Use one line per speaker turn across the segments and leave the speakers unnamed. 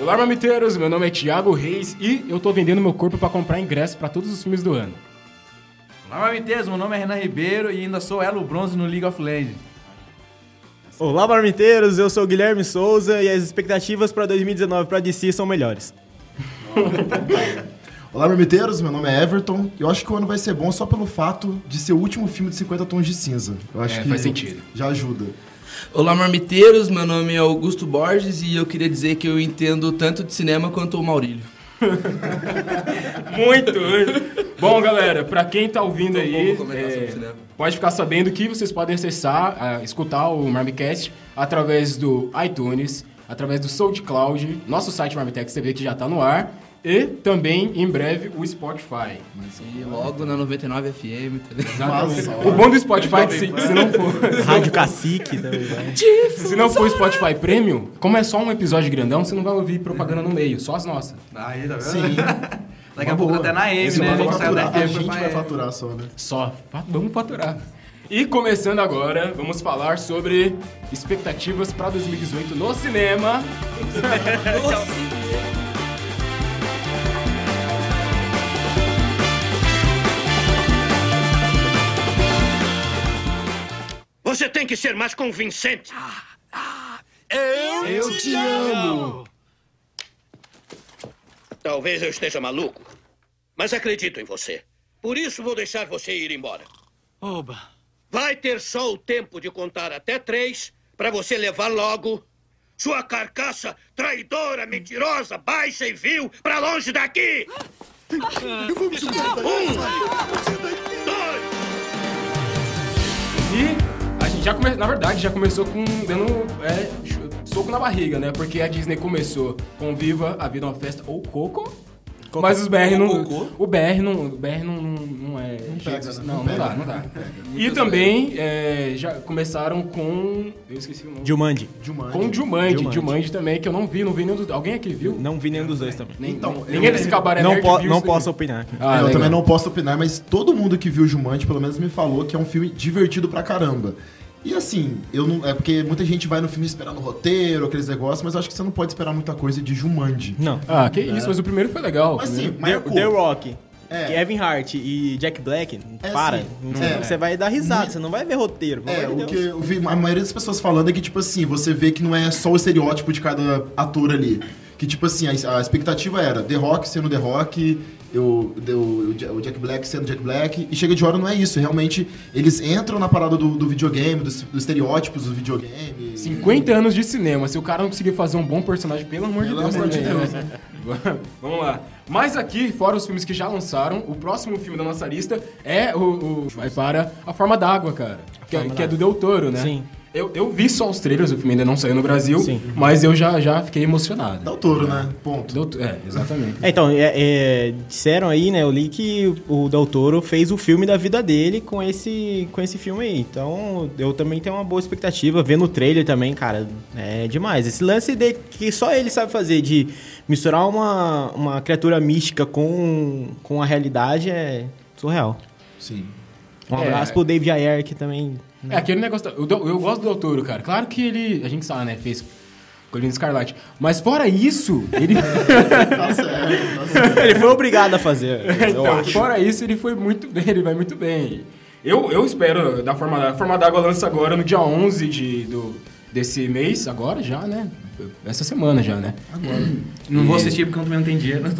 Olá, mamiteiros! Meu nome é Thiago Reis e eu tô vendendo meu corpo pra comprar ingresso pra todos os filmes do ano.
Olá, marmiteiros. Meu nome é Renan Ribeiro e ainda sou elo bronze no League of Legends.
Olá, marmiteiros! Eu sou o Guilherme Souza e as expectativas para 2019 para DC são melhores.
Olá, marmiteiros. Meu nome é Everton. Eu acho que o ano vai ser bom só pelo fato de ser o último filme de 50 tons de cinza. Eu acho
É,
que
faz sentido.
já ajuda.
Olá, marmiteiros. Meu nome é Augusto Borges e eu queria dizer que eu entendo tanto de cinema quanto o Maurílio.
Muito! Bom, galera, pra quem tá ouvindo
Então,
aí,
vamos comentar
é,
sobre cinema.
pode ficar sabendo que vocês podem acessar, ah, escutar o Marmicast através do iTunes, através do SoundCloud, nosso site Marmitex TV que já tá no ar, e também, em breve, o Spotify.
E logo na 99 FM, tá ligado?
Exatamente. O bom do Spotify é que se, se não for...
Rádio Cacique também. Né?
Se não for Spotify Premium, como é só um episódio grandão, você não vai ouvir propaganda no meio, só as nossas.
Aí, tá vendo?
Sim.
Daqui
Uma
a pouco
boa.
até na M,
Esse
né?
ano
Vem
vai
que saiu da
faturar. A
FM
gente
pra
vai
M.
faturar só, né?
Só fa- vamos faturar. E começando agora, vamos falar sobre expectativas para 2018 no cinema.
Você tem que ser mais convincente.
Eu te amo!
Talvez eu esteja maluco, mas acredito em você. Por isso vou deixar você ir embora.
Oba!
Vai ter só o tempo de contar até três para você levar logo sua carcaça traidora, mentirosa, baixa e vil para longe daqui. Um, dois.
E a gente já começou, na verdade, já começou com dando é, chu- soco na barriga, né? Porque a Disney começou com Viva, A Vida é uma Festa ou Coco. Mas os BR não.
Cocô.
O BR não, o BR não, não, não é.
pega,
Jesus,
né?
não,
Não
não
pega.
dá, não dá. E também é, já começaram com. Eu esqueci o nome.
Dilmandi.
Jumanji.
Com Jumanji, Jumanji,
Jumanji.
também, que eu não vi, não vi nenhum dos... Alguém aqui viu?
Não vi nenhum dos dois também.
Nem,
Então,
ninguém
eu-
desse cabaré
Não,
nerd
po
viu
não
isso
posso
daí.
opinar. aqui.
Ah,
eu
legal.
também não posso opinar, mas todo mundo que viu Jumanji, pelo menos me falou que é um filme divertido pra caramba. E assim, eu não é porque muita gente vai no filme esperando roteiro, aqueles negócios, mas eu acho que você não pode esperar muita coisa de Então, assim, Jumanji.
Não.
Ah, que isso, mas o primeiro foi legal.
Mas
né?
sim,
The,
marcou.
The Rock,
É.
Kevin Hart e Jack Black,
É,
para.
sim.
Não-
É.
Você vai dar risada, você não vai ver roteiro. pelo
É,
amor de
o que
Deus.
eu vi a maioria das pessoas falando é que, tipo assim, você vê que não é só o estereótipo de cada ator ali. Que, tipo assim, a, a expectativa era The Rock sendo The Rock, eu, eu- o Ja- o Jack Black sendo Jack Black, e chega de hora não é isso. Realmente, eles entram na parada do, do videogame, dos, dos estereótipos do videogame.
50 anos de cinema, se o cara não conseguir fazer um bom personagem, pelo amor de
Pelo
Deus
amor
também,
de Deus,
né? Vamos lá. Mas aqui, fora os filmes que já lançaram, o próximo filme da nossa lista é o... o- vai para A Forma d'Água, cara. Que, é- que é do Del Toro, né?
Sim.
Eu, eu vi só os trailers, o filme ainda não saiu no Brasil,
Sim.
mas eu já, já fiquei emocionado.
Dá o touro, né? Ponto.
Del Toro, é, exatamente.
É, então, é- é, disseram aí, né? Eu li que o Del Toro fez o filme da vida dele com esse, com esse filme aí. Então, eu também tenho uma boa expectativa. Vendo o trailer também, cara, é demais. Esse lance de que só ele sabe fazer, de misturar uma, uma criatura mística com, com a realidade, é surreal.
Sim.
Um
É.
abraço pro David Ayer, que também...
É aquele negócio. da- Eu, dou- eu gosto do Del Toro, cara. Claro que ele. A gente sabe, né? Fez Colina Escarlate. Mas fora isso, ele.
Tá certo, tá certo.
ele foi obrigado a fazer, eu
Então,
acho.
fora isso, ele foi muito bem. Ele vai muito bem. Eu, eu espero. Da forma, a forma d'água lança agora no dia 11 de, do, desse mês. Agora já, né? Essa semana já, né?
Não vou assistir porque eu também não tenho dinheiro. né?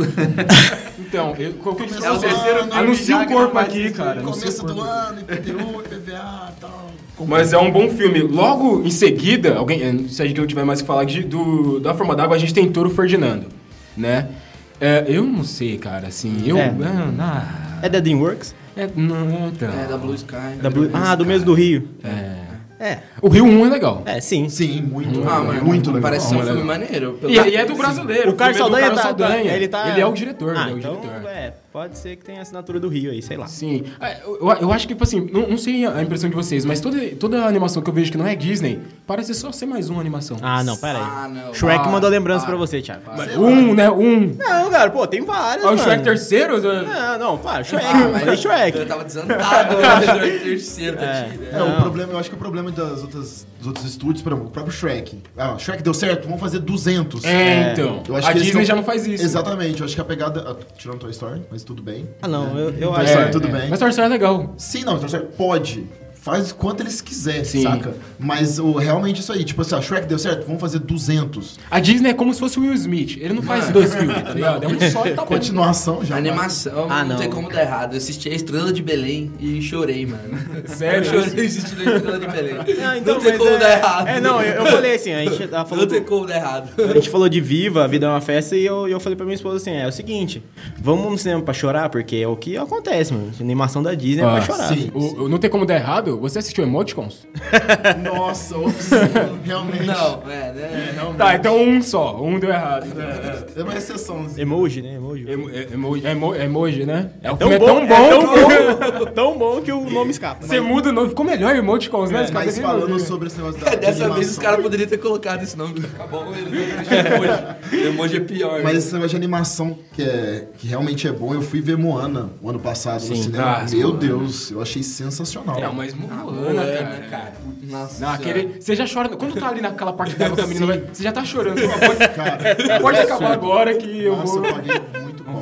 Então, eu, o que que
É o
você-
terceiro filme
Anuncia
já
o
que não
corpo
faz
aqui,
isso.
cara. anuncia o
Começo
corpo.
do ano, IPTU, IPVA e tal.
Mas é um bom filme. Logo em seguida, alguém, eh, se a gente não tiver mais o que falar de, do, da Forma d'Água, a gente tem Toro Ferdinando, né? É, eu não sei, cara, assim, eu...
É.
Ah,
É da DreamWorks?
é, não, então...
É da Blue Sky.
Da Blue- Ah, do mesmo do Rio. É.
O Rio 1 é legal.
É, sim.
Sim, muito.
Ah, mas
legal, muito legal.
parece ser um
legal.
filme maneiro. pelo-
E, e é do brasileiro.
O Carlos
filme
Saldanha,
do Carlos
tá- tá-
Saldanha.
ele tá.
Ele é o diretor,
Ah,
ele é o
então,
diretor.
é, É, pode ser que tenha a assinatura do Rio aí, sei lá.
Sim. É, Eu, eu acho que, tipo assim, não, não sei a impressão de vocês, mas toda, toda animação que eu vejo que não é Disney, parece só ser mais uma animação.
Ah, não, pera aí.
Ah, não.
Shrek
Para,
mandou lembrança pra você, Thiago.
um, né? Um.
Não, cara, pô, tem várias,
Ah, o
mano. É.
Shrek terceiro?
Não, não, pá, Shrek.
Ah,
eu falei
mas Eu
Shrek.
tava desandado no terceiro tá da
É.
tira.
É, o problema, eu acho que o problema das outras, dos outros estúdios, por exemplo, o próprio Shrek. Ah, Shrek deu certo, vamos fazer 200.
É, então.
Eu acho
a
que eles
Disney
não-
já não faz isso.
Exatamente, eu acho que a pegada. ah, tirando Toy Story, mas tudo bem.
Ah, não, eu, eu
Toy
acho.
Story, tudo bem.
Mas Toy Story é legal.
Sim, não, Toy Story pode. Faz quanto eles quiserem,
Sim.
saca? Mas o, realmente isso aí, tipo assim, ah, Shrek deu certo, vamos fazer 200.
A Disney é como se fosse o Will Smith. Ele não faz dois filmes, tá ligado? É um só e tá bom.
Continuação já.
Animação,
Ah,
não.
não.
tem como dar errado. Eu assisti a Estrela de Belém e chorei, mano.
Sério?
Eu chorei assistindo a Estrela de Belém.
Ah,
Não,
então,
tem
mas
como
é-
dar errado.
É, não, eu, eu falei assim, a gente tava
Não
falando...
tem como dar errado.
A gente falou de Viva, a vida é uma festa, e eu, eu falei pra minha esposa assim: é, o seguinte, vamos no cinema pra chorar, porque é o que acontece, mano. A animação da Disney é
Ah,
pra chorar.
sim.
O- o- não tem como dar errado? Você assistiu Emoticons?
Nossa, opção, realmente.
Não, é, né?
Realmente.
Tá, então um só. Um deu errado.
É, É uma exceçãozinha.
Emoji, né? Emoji.
Emo- é- emoji, emo- emoji, né? É, o
Tão
filme
um bom,
é tão bom.
é tão bom, tão bom que o nome escapa. né?
Você muda o nome. Ficou melhor Emoticons, né? Os caras
É, Mas
nem
falando
imaginam.
sobre esse negócio da
É, Dessa
animação,
vez os caras poderiam ter colocado esse nome, ficar bom. Ele não deixou emoji. Emoji é pior.
Mas esse negócio de animação que, é, que realmente é bom, eu fui ver Moana o ano passado no cinema.
Ah,
Meu Deus, eu achei sensacional.
Não, mas Moana, cara.
Nossa.
Não,
senhora.
aquele, você já chora. Quando tá ali naquela parte da água da menina, vai- você já tá chorando. Pô,
Cara,
Pode, pode acabar agora que eu
nossa, eu
vou. É um
paguei muito bom.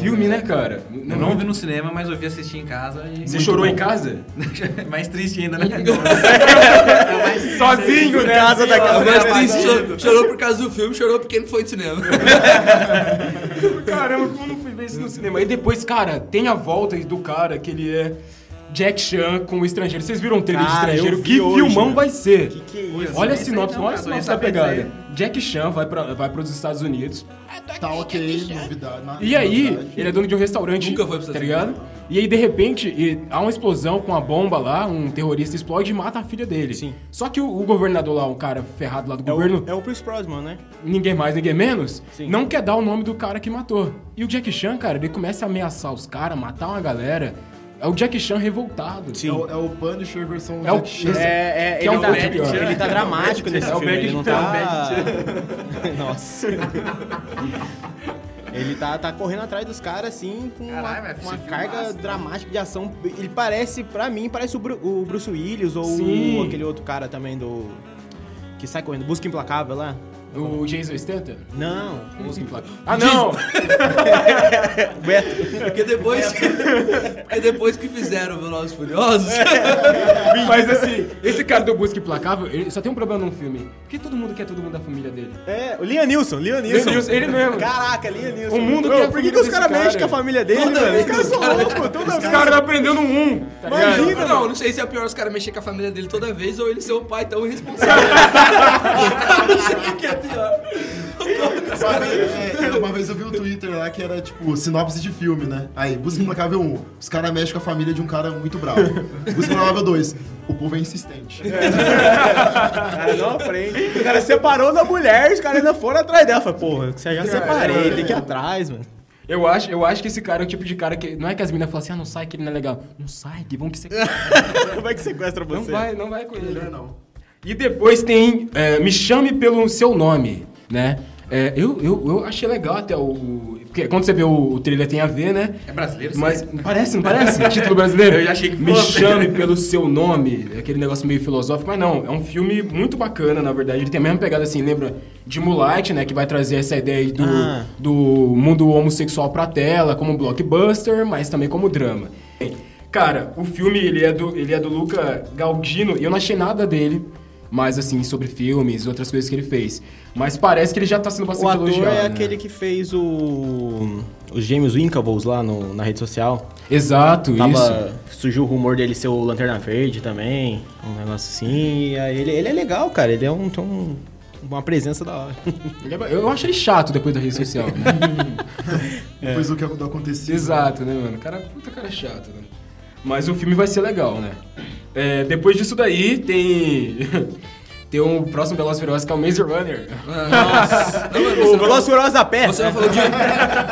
Filme, né, cara?
Eu não vi no cinema, mas eu vi assistir em casa e.
Você chorou em casa?
Mais triste ainda, né?
Sozinho, né?
Casa da
Ah,
casa.
mas triste, chorou, chorou por causa do filme, chorou porque não foi de cinema.
Caramba, como eu não fui ver isso no cinema? E depois, cara, tem a volta do cara que ele é Jack Chan com o estrangeiro. Vocês viram o trailer de
Cara, eu
estrangeiro?
vi
Que
hoje,
filmão
né?
vai ser?
que é isso?
Olha a
Esse aí
sinopse,
não,
olha a
cara, eu
sinopse
ia
da
saber
pegada.
dizer.
Jack Chan vai, pra, vai para os Estados Unidos.
Tá ok, novidade. na-
E aí,
novidade.
ele é dono de um restaurante.
Nunca foi pros
tá
Estados
ligado? E aí, de repente, e- há uma explosão com uma bomba lá, um terrorista explode e mata a filha dele.
Sim.
Só que o, o governador lá, um cara ferrado lá do
É
governo,
o, é o Pierce Brosnan, né?
ninguém mais, ninguém menos,
Sim.
não quer dar o nome do cara que matou. E o Jack Chan, cara, ele começa a ameaçar os caras, matar uma galera. É o Jack Chan revoltado.
É o, é o Punisher versão
É o-
Jack Chan.
É,
Que é um pouco pior.
ele tá dramático nesse
É o
filme,
Bad
ele não
Chan.
tá... Nossa. Ele tá, tá correndo atrás dos caras, assim, com uma-
Caralho, velho,
com uma,
esse filme
carga
massa.
dramática de ação. Ele parece, pra mim, parece o, Bru- o Bruce Willis ou
Sim.
o- aquele outro cara também do... Que sai correndo, Busca Implacável lá.
O Jason Statham?
Não,
Música implacável. Ah, não!
o Beto.
Porque depois que, porque depois que fizeram Velozes e Furiosos,
Mas assim, esse cara do Busca Implacável, ele só tem um problema num filme. Porque todo mundo quer todo mundo da família dele.
É, o Leonilson, Leonilson.
Leon Neeson, ele mesmo.
Caraca, Leonilson.
O mundo
Ô,
quer a
Por que,
família
que os
desse
caras
cara?
mexem com a família dele,
Toda
mano? Os
vez
caras
que
são
os caras-
loucos, toda
Esse
vez.
cara tá aprendendo um. Tá ligado?
Imagina,
Não,
mano.
não, não sei se é pior os caras mexer com a família dele toda vez ou ele ser o pai tão irresponsável. não sei o que é pior.
Uma vez- é, uma vez eu vi um Twitter lá que era tipo sinopse de filme, né? Aí, Busca Implacável 1. Os caras mexem com a família de um cara muito bravo. Busca Implacável 2. O povo é insistente.
cara não aprende. O cara separou da mulher, os caras ainda foram atrás dela. Falei, porra, você já
é.
separei, tem que ir atrás, mano.
Eu acho, eu acho que esse cara é o tipo de cara que. Não é que as meninas falam assim, ah, não sai que ele não é legal. Não sai, que vão que você.
Como é que sequestra você?
Não vai, não vai com ele.
não.
E depois tem é, Me Chame Pelo Seu Nome, né? É, eu, eu, eu achei legal até o... Porque quando você vê o, o trailer tem a ver, né?
É brasileiro,
Mas parece, não parece? Título brasileiro?
Eu já achei que
Me
fosse.
Chame Pelo Seu Nome. é Aquele negócio meio filosófico. Mas não, é um filme muito bacana, na verdade. Ele tem a mesma pegada, assim, lembra? De Moonlight, né? Que vai trazer essa ideia aí do,
Ah.
do mundo homossexual pra tela, como blockbuster, mas também como drama. Cara, o filme, ele é do, ele é do Luca Galdino, e eu não achei nada dele, mas assim, sobre filmes, outras coisas que ele fez. Mas parece que ele já tá sendo bastante
O ator
elogiado.
é
né?
aquele que fez o. Os gêmeos Winkables lá no- na rede social.
Exato, isso.
Tava, surgiu o rumor dele ser o Lanterna Verde também. Um negócio assim. E aí ele, ele é legal, cara. Ele é um. tem um- uma presença da hora.
Ele é ba- Eu achei chato depois da rede social, né? É.
Depois do que aconteceu.
Exato, né, mano? Cara, puta cara chato, né? Mas o filme vai ser legal, né? É, depois disso daí, tem... Tem um próximo Velociraptor que é o Maze Runner.
Ah, Nossa. Não, mano,
O
você, não falou,
Velociraptor da Pé.
você não falou de.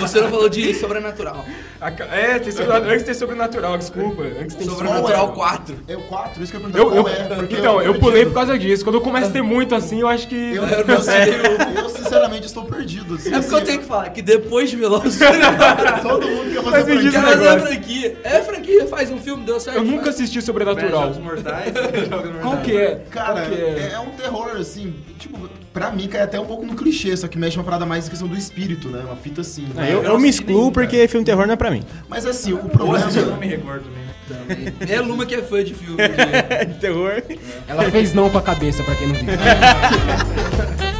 Você não falou de sobrenatural.
A ca- É, tem sobrenatural, antes tem sobrenatural, desculpa. Antes tem
Sobrenatural 4.
É o 4, isso que eu perguntei
Eu, eu,
qual é. porque
então, eu pulei por
perdido.
causa disso. Quando começa a ter muito assim, eu acho que.
Eu, eu, eu, eu, sinceramente estou perdido. assim,
É porque eu
assim,
tenho que falar que depois de Velociraptor.
Todo mundo quer
Faz
fazer
sentido,
franquia.
né?
Mas é
negócio.
franquia. É franquia, faz um filme, deu certo.
Eu nunca
faz.
assisti sobrenatural.
Jogos mortais. Jogos
Qual
Mortais.
que é?
Cara,
Qual que
é, é um terror, assim, tipo, pra mim cai até um pouco no clichê, só que mexe uma parada mais em questão do espírito, né? Uma fita assim. né?
É, Eu, eu me excluo porque filme terror não é pra mim.
Mas assim, o
Ou
problema.
assistir, eu não me recordo também. né?
É Luma que é fã de filme.
Tipo,
de-
terror.
Ela fez não com a cabeça, pra quem não viu.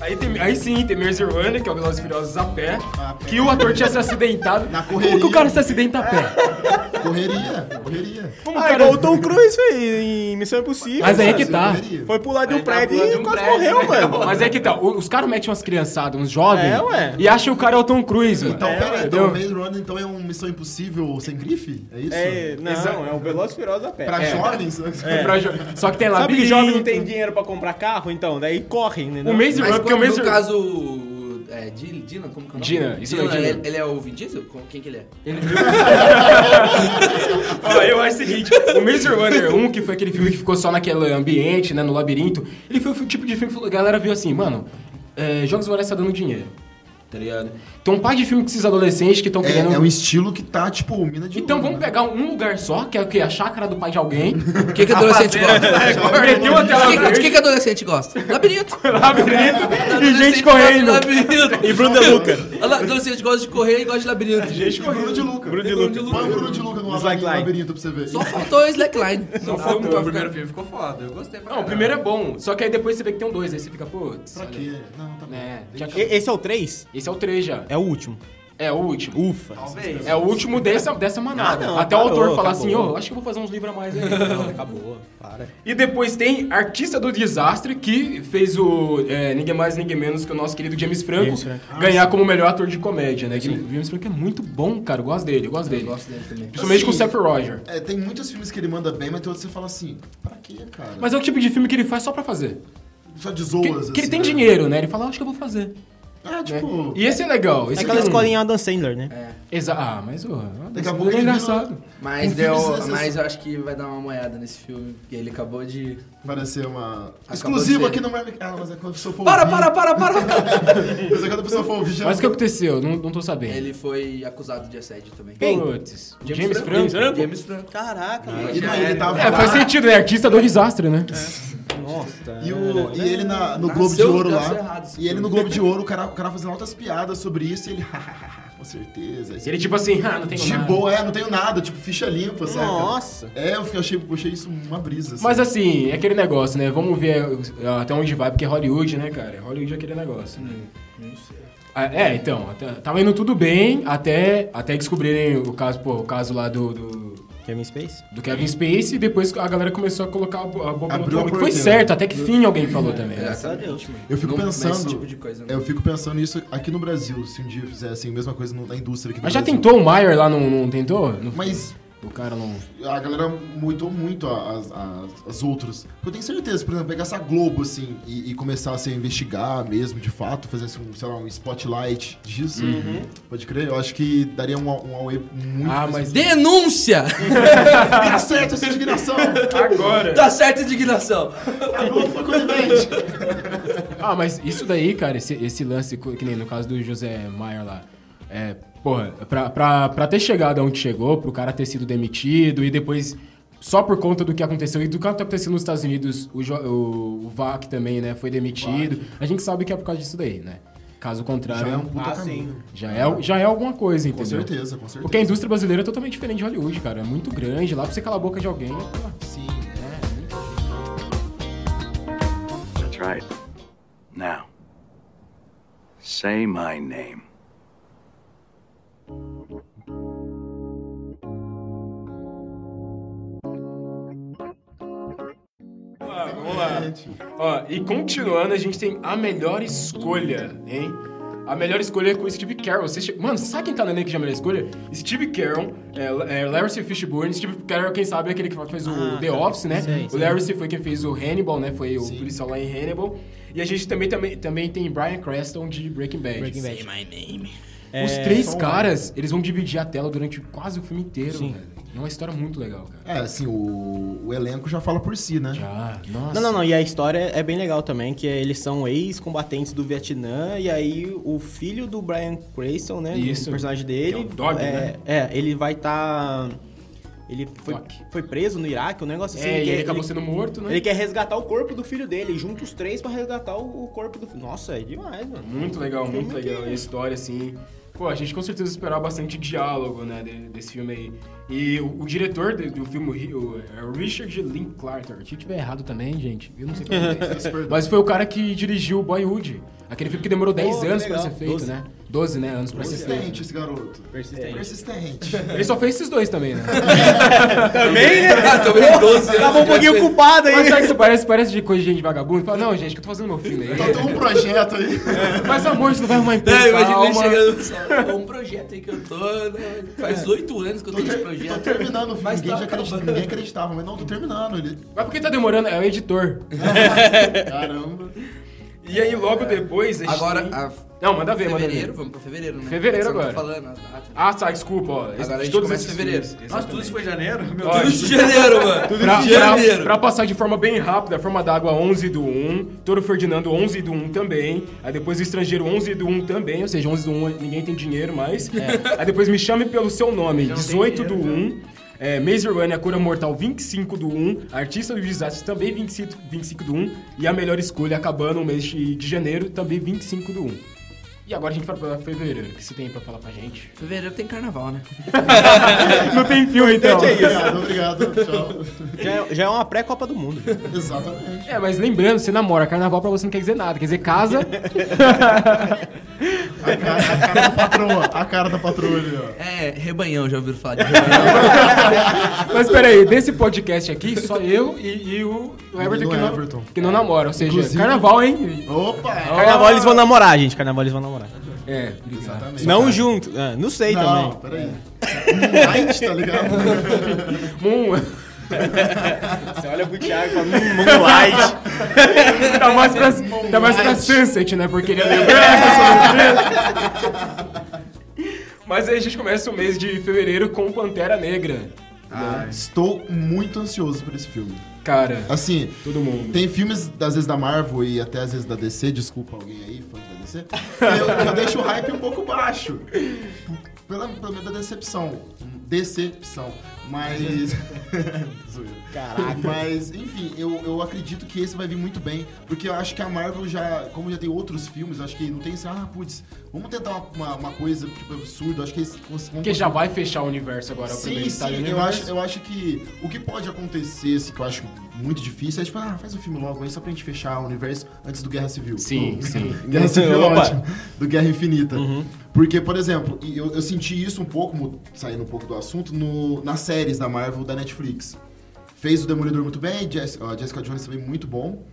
Aí, tem- aí sim, tem Mercy Runner, que é o Velozes e Furiosos a pé,
A pé.
que o ator tinha se acidentado.
Na
Como
correria. É.
que o cara se acidenta a pé?
Correria, correria.
Como o
Ah,
cara...
igual o Tom Cruise fez em Missão Impossível.
Mas aí é
cara.
que tá.
Correria.
Foi pular de um
Aí tá
prédio
pulando de
e
um
quase
prédio,
morreu,
né?
mano.
Mas é que tá, o- os caras metem umas criançadas, uns jovens,
É, ué.
e acham que o cara é o Tom Cruise, mano.
Então, pera, então,
entendeu?
o Maze Runner então é um Missão Impossível sem grife? É isso?
É, não, é um veloz feroz a pé.
Pra jovens? né?
Pra jo- Só é. que tem lá...
Sabe que
Big
jovem não tem dinheiro pra comprar carro, então? Daí correm, né?
O Maze
Mas
Runner, é porque o
quando,
Maze
no caso. o- É, Dil- Dylan, como que é o nome?
Dylan, isso não é Dylan.
Ele, ele é o Vin Diesel? Como- Quem que ele é?
Ó, Ah, eu acho o seguinte, o Maze Runner 1, que foi aquele filme que ficou só naquele ambiente, né, no labirinto, ele foi o tipo de filme que a galera viu assim, mano, é, Jogos Vorazes tá dando dinheiro, tá ligado? Então um par de filme com esses adolescentes que estão querendo...
É, é um estilo que tá, tipo, mina de
Então
ouro,
vamos
né?
pegar um lugar só, que é o quê? A chácara do pai de alguém.
O que, que adolescente gosta?
Meteu é, uma tela
De que, de
verde,
que, que adolescente gosta? Labirinto.
labirinto e
Adolescente
gente correndo.
gosta de Labirinto.
E Bruno De Luca.
Ala- Adolescente gosta de correr e gosta de labirinto.
E Bruno de Luca.
Bruno de
Bruno
Luca.
de Luca.
Põe o Bruno de Luca no
Slackline.
labirinto pra você ver.
Só faltou o Slackline.
Não foi o primeiro filme, ficou foda. Eu gostei pra
Não, o
caralho.
primeiro é bom, só que aí depois você vê que tem um dois, aí você fica, putz...
Pra
olha,
quê? Não, tá bom.
né, já
E-
acabou.
Esse é o 3?
Esse é o 3 já.
É o último.
É o último.
Ufa.
Talvez.
É o último dessa, dessa manada.
Ah, não,
Até o
parou,
autor falar
acabou.
assim, ô, acho que eu vou fazer uns livros a mais aí.
Acabou, para.
E depois tem Artista do Desastre, que fez o é, ninguém mais, ninguém menos que o nosso querido James Franco,
James Franco. Ah,
ganhar como melhor ator de comédia, né? Que o James Franco é muito bom, cara. Eu gosto dele, eu gosto dele.
Gosto dele também.
Principalmente com o
Assim,
Seth Roger.
É, tem muitos filmes que ele manda bem, mas tem outros que você fala assim, pra quê, cara?
Mas é o tipo de filme que ele faz só pra fazer.
Só de
Que,
zoas,
que ele
assim,
tem
né?
dinheiro, né? Ele fala, acho que eu vou fazer.
É, tipo...
E esse é legal.
É
Esse
aquela
é um-
escolinha Adam Sandler, né?
Exa ah, mas ô, ó,
Daqui a
esse
pouco ele
é
vira-
engraçado.
Mas,
Um filme
deu,
desnecessário.
mas eu acho que vai dar uma moeda nesse filme. Porque ele acabou de.
Parecer uma...
de
Exclusivo
ser.
aqui no Mermic... Ah, mas é quando a pessoa for
Para,
ouvir-
para, para, para!
Mas é quando a pessoa for ouvir, já...
Mas o que aconteceu? Não, não tô sabendo.
ele foi acusado de assédio também.
Putz, James, Franco.
James Franco.
Caraca,
Ah,
mano.
E
já
não, ele
era.
tava
É,
lá,
faz sentido, é artista do desastre, né?
Nossa.
E, o- e ele na- no
Nasceu-
Globo de Ouro
nasceu
lá.
errado esse
E ele
filme.
no Globo de Ouro, o cara, o cara fazendo altas piadas sobre isso, e ele, hahaha, com certeza.
Ele tipo assim, ah, não tem
de boa, é, não tenho nada, tipo, ficha limpa, saca?
Nossa.
É, eu fiquei- achei, eu achei isso uma brisa. assim.
Mas assim, é aquele negócio, né? Vamos ver eh, até onde vai, porque é Hollywood, né, cara? Hollywood é aquele negócio.
Hum,
né? Ah, É, então, até- tava indo tudo bem até, até descobrirem o caso, pô, o caso lá do, do,
Kevin Space?
do Kevin Spacey e depois a galera começou a colocar a bo- a boca no
Abriu É,
túmulo,
a
que Foi
porteira.
certo, até que fim alguém falou também. né?
Graças a Deus.
eu fico
Não- não é esse
pensando.
tipo de coisa, né?
Eu fico pensando nisso aqui no Brasil, se um dia fizer assim, a mesma coisa no- na indústria aqui do
Mas já
Brasil.
tentou o Maier lá, não, não tentou? Não-
Mas
O cara não...
a galera mudou muito a- as, as, as outras. Eu tenho certeza, por exemplo, pegar essa Globo, assim, e, e começar assim, a investigar mesmo, de fato, fazer assim, um, sei lá, um spotlight disso,
Uhum.
pode crer, eu acho que daria um, um auê muito...
Ah,
mais-
mas...
Denúncia!
Tá certo essa indignação!
Agora!
tá certa indignação.
A Globo foi conivente!
Ah, mas isso daí, cara, esse, esse lance, co- que nem no caso do José Maier lá. É, porra, pra, pra, pra ter chegado aonde chegou, pro cara ter sido demitido e depois. Só por conta do que aconteceu e do que aconteceu nos Estados Unidos, o, Jo- o, o VAC também, né, foi demitido. A gente sabe que é por causa disso daí, né? Caso
Já é
contrário,
um
Ah,
puta caminho.
já é, já é, alguma coisa,
Com
entendeu?
certeza, com certeza.
Porque a indústria brasileira é totalmente diferente de Hollywood, cara. É muito grande. Lá pra você calar a boca de alguém, pô,
Sim.
That's right. Now, say my name.
Ó, e continuando, a gente tem a melhor escolha, hein? A melhor escolha é com o Steve Carell. Você che- Mano, sabe quem tá no elenco de A Melhor Escolha? Steve Carell, é, é, Larry Fishburne. Steve Carell, quem sabe, é aquele que fez o
Ah,
The
tá.
Office, né?
Sei,
O
sei.
Larry foi quem fez o Hannibal, né? Foi o policial lá em Hannibal. E a gente também, também, também tem Brian Creston de Breaking Bad.
Breaking Bad. É,
Say my name.
Os três caras, eles vão dividir a tela durante quase o filme inteiro, velho. É uma história muito legal, cara.
É, assim, o, o elenco já fala por si, né?
Já, nossa.
Não, não, não. E a história é bem legal também, que eles são ex-combatentes do Vietnã, e aí o filho do Brian Cranston, né?
Isso.
O personagem
Que é
dele.
o Dog,
é,
né?
é, ele vai estar. Ele foi,
Doc.
foi preso no Iraque, um negócio assim.
É, e
quer-
ele acabou sendo morto, né?
Ele quer resgatar o corpo do filho dele, junta os três pra resgatar o o corpo do filho. Nossa, é demais, mano.
Muito legal,
Filme
muito legal. E a história, assim. Pô, a gente com certeza esperava bastante diálogo, né, de- desse filme aí. E o, o diretor do, do filme o Ri- o- é o Richard Linklater. Se eu tiver errado também, gente, eu não sei o que acontece. Mas foi o cara que dirigiu Boyhood. Aquele filme que demorou 10
Pô, que
anos pra
legal.
ser feito,
12.
né? 12, né, anos pra ser
Persistente
feito.
esse garoto.
Persistente.
Persistente.
Ele só fez esses dois também, né?
Também, né?
Ah, também 12 anos.
Tava um pouquinho culpado
Mas
aí.
sabe que isso parece, parece de coisa de gente vagabundo? Fala, não, gente, que eu tô fazendo meu filme aí.
Então tem um projeto aí.
Mas amor, você não vai arrumar emprego,
É, imagina ele
calma.
chegando só, "Ó, um projeto aí que eu tô. né? Faz oito anos que eu tô nesse
Tô
projeto.
terminando o filme.
Mas
Ninguém,
tá
já acredita-
acabando.
ninguém acreditava, mas não, tô terminando. Ele...
Mas por que tá demorando? É o editor.
Caramba.
E aí, logo depois, a gente
Agora,
tem-
a-
Não, manda ver, manda
Fevereiro,
ver.
vamos pra fevereiro, né?
Fevereiro
Você não
agora.
Tá falando as datas.
Ah, tá, desculpa, ó.
Agora a gente começa
em
em fevereiro.
Nossa, tudo isso foi janeiro? Meu
Ó,
Tudo de janeiro, mano. Tudo
Pra,
de
pra-
janeiro.
pra passar de forma bem rápida, a forma d'água 11 do 1, Toro Ferdinando 11 do 1 também, aí depois o Estrangeiro 11 do 1 também, ou seja, 11 do 1 ninguém tem dinheiro mais. Aí depois Me Chame Pelo Seu Nome, 18 do 1, é, Maze Runner, A Cura Mortal 25 do 1, Artista do Desastre também 25, 25 do 1, e A Melhor Escolha acabando o mês de, de janeiro também 25 do 1. E agora a gente vai pra fevereiro, o que você tem pra falar pra gente?
Fevereiro tem carnaval, né?
Não tem filme então.
Obrigado, obrigado. Tchau.
Já, é- já é uma pré-Copa do Mundo.
Exatamente.
É, mas lembrando, você namora, carnaval pra você não quer dizer nada, quer dizer casa.
A cara, a cara da patroa. A cara da patroa ali, ó.
É, rebanhão, já ouviram falar de rebanhão.
mas peraí, desse podcast aqui, só eu e, e o o Everton,
E o
que, não,
Everton.
que não namora. Ou seja,
Inclusive-
carnaval, hein?
Opa!
Carnaval eles vão namorar, gente. Carnaval eles vão namorar.
É, obrigado.
Não junto. Ah, não sei também.
Não, peraí. Night, tá ligado?
Um,
Você olha pro Thiago e fala, hum, Moonlight.
tá mais pra, tá mais pra Sunset, né? Porque ele é lembrança, sobre- Mas aí a gente começa o mês de fevereiro com Pantera Negra.
Ah, Estou muito ansioso por esse filme.
Cara,
Assim,
todo mundo.
tem filmes, às vezes, da Marvel e até às vezes da DC, desculpa alguém aí, fã da DC, que eu, que eu deixo o hype um pouco baixo. Pela, pelo medo da decepção. Decepção. Mas. Zoeira.
Caraca.
Mas, enfim, eu, eu acredito que esse vai vir muito bem. Porque eu acho que a Marvel já, como já tem outros filmes, eu acho que não tem assim, ah, putz, vamos tentar uma, uma, uma coisa tipo, absurda. eu Acho que eles cons- vão
Porque já vai fechar o universo agora. né? o
Sim,
primeiro estágio
sim,
do
eu
universo.
acho, eu acho que o que pode acontecer, assim, que eu acho muito difícil, é tipo, ah, faz um filme logo aí só pra gente fechar o universo antes do Guerra Civil.
Sim, sim.
Guerra Civil é
Opa.
ótimo, do Guerra Infinita. Porque, por exemplo, e eu, eu senti isso um pouco, mu- saindo um pouco do assunto, no, nas séries da Marvel da Netflix. Fez o Demolidor muito bem, Jessica, a Jessica Jones também muito bom.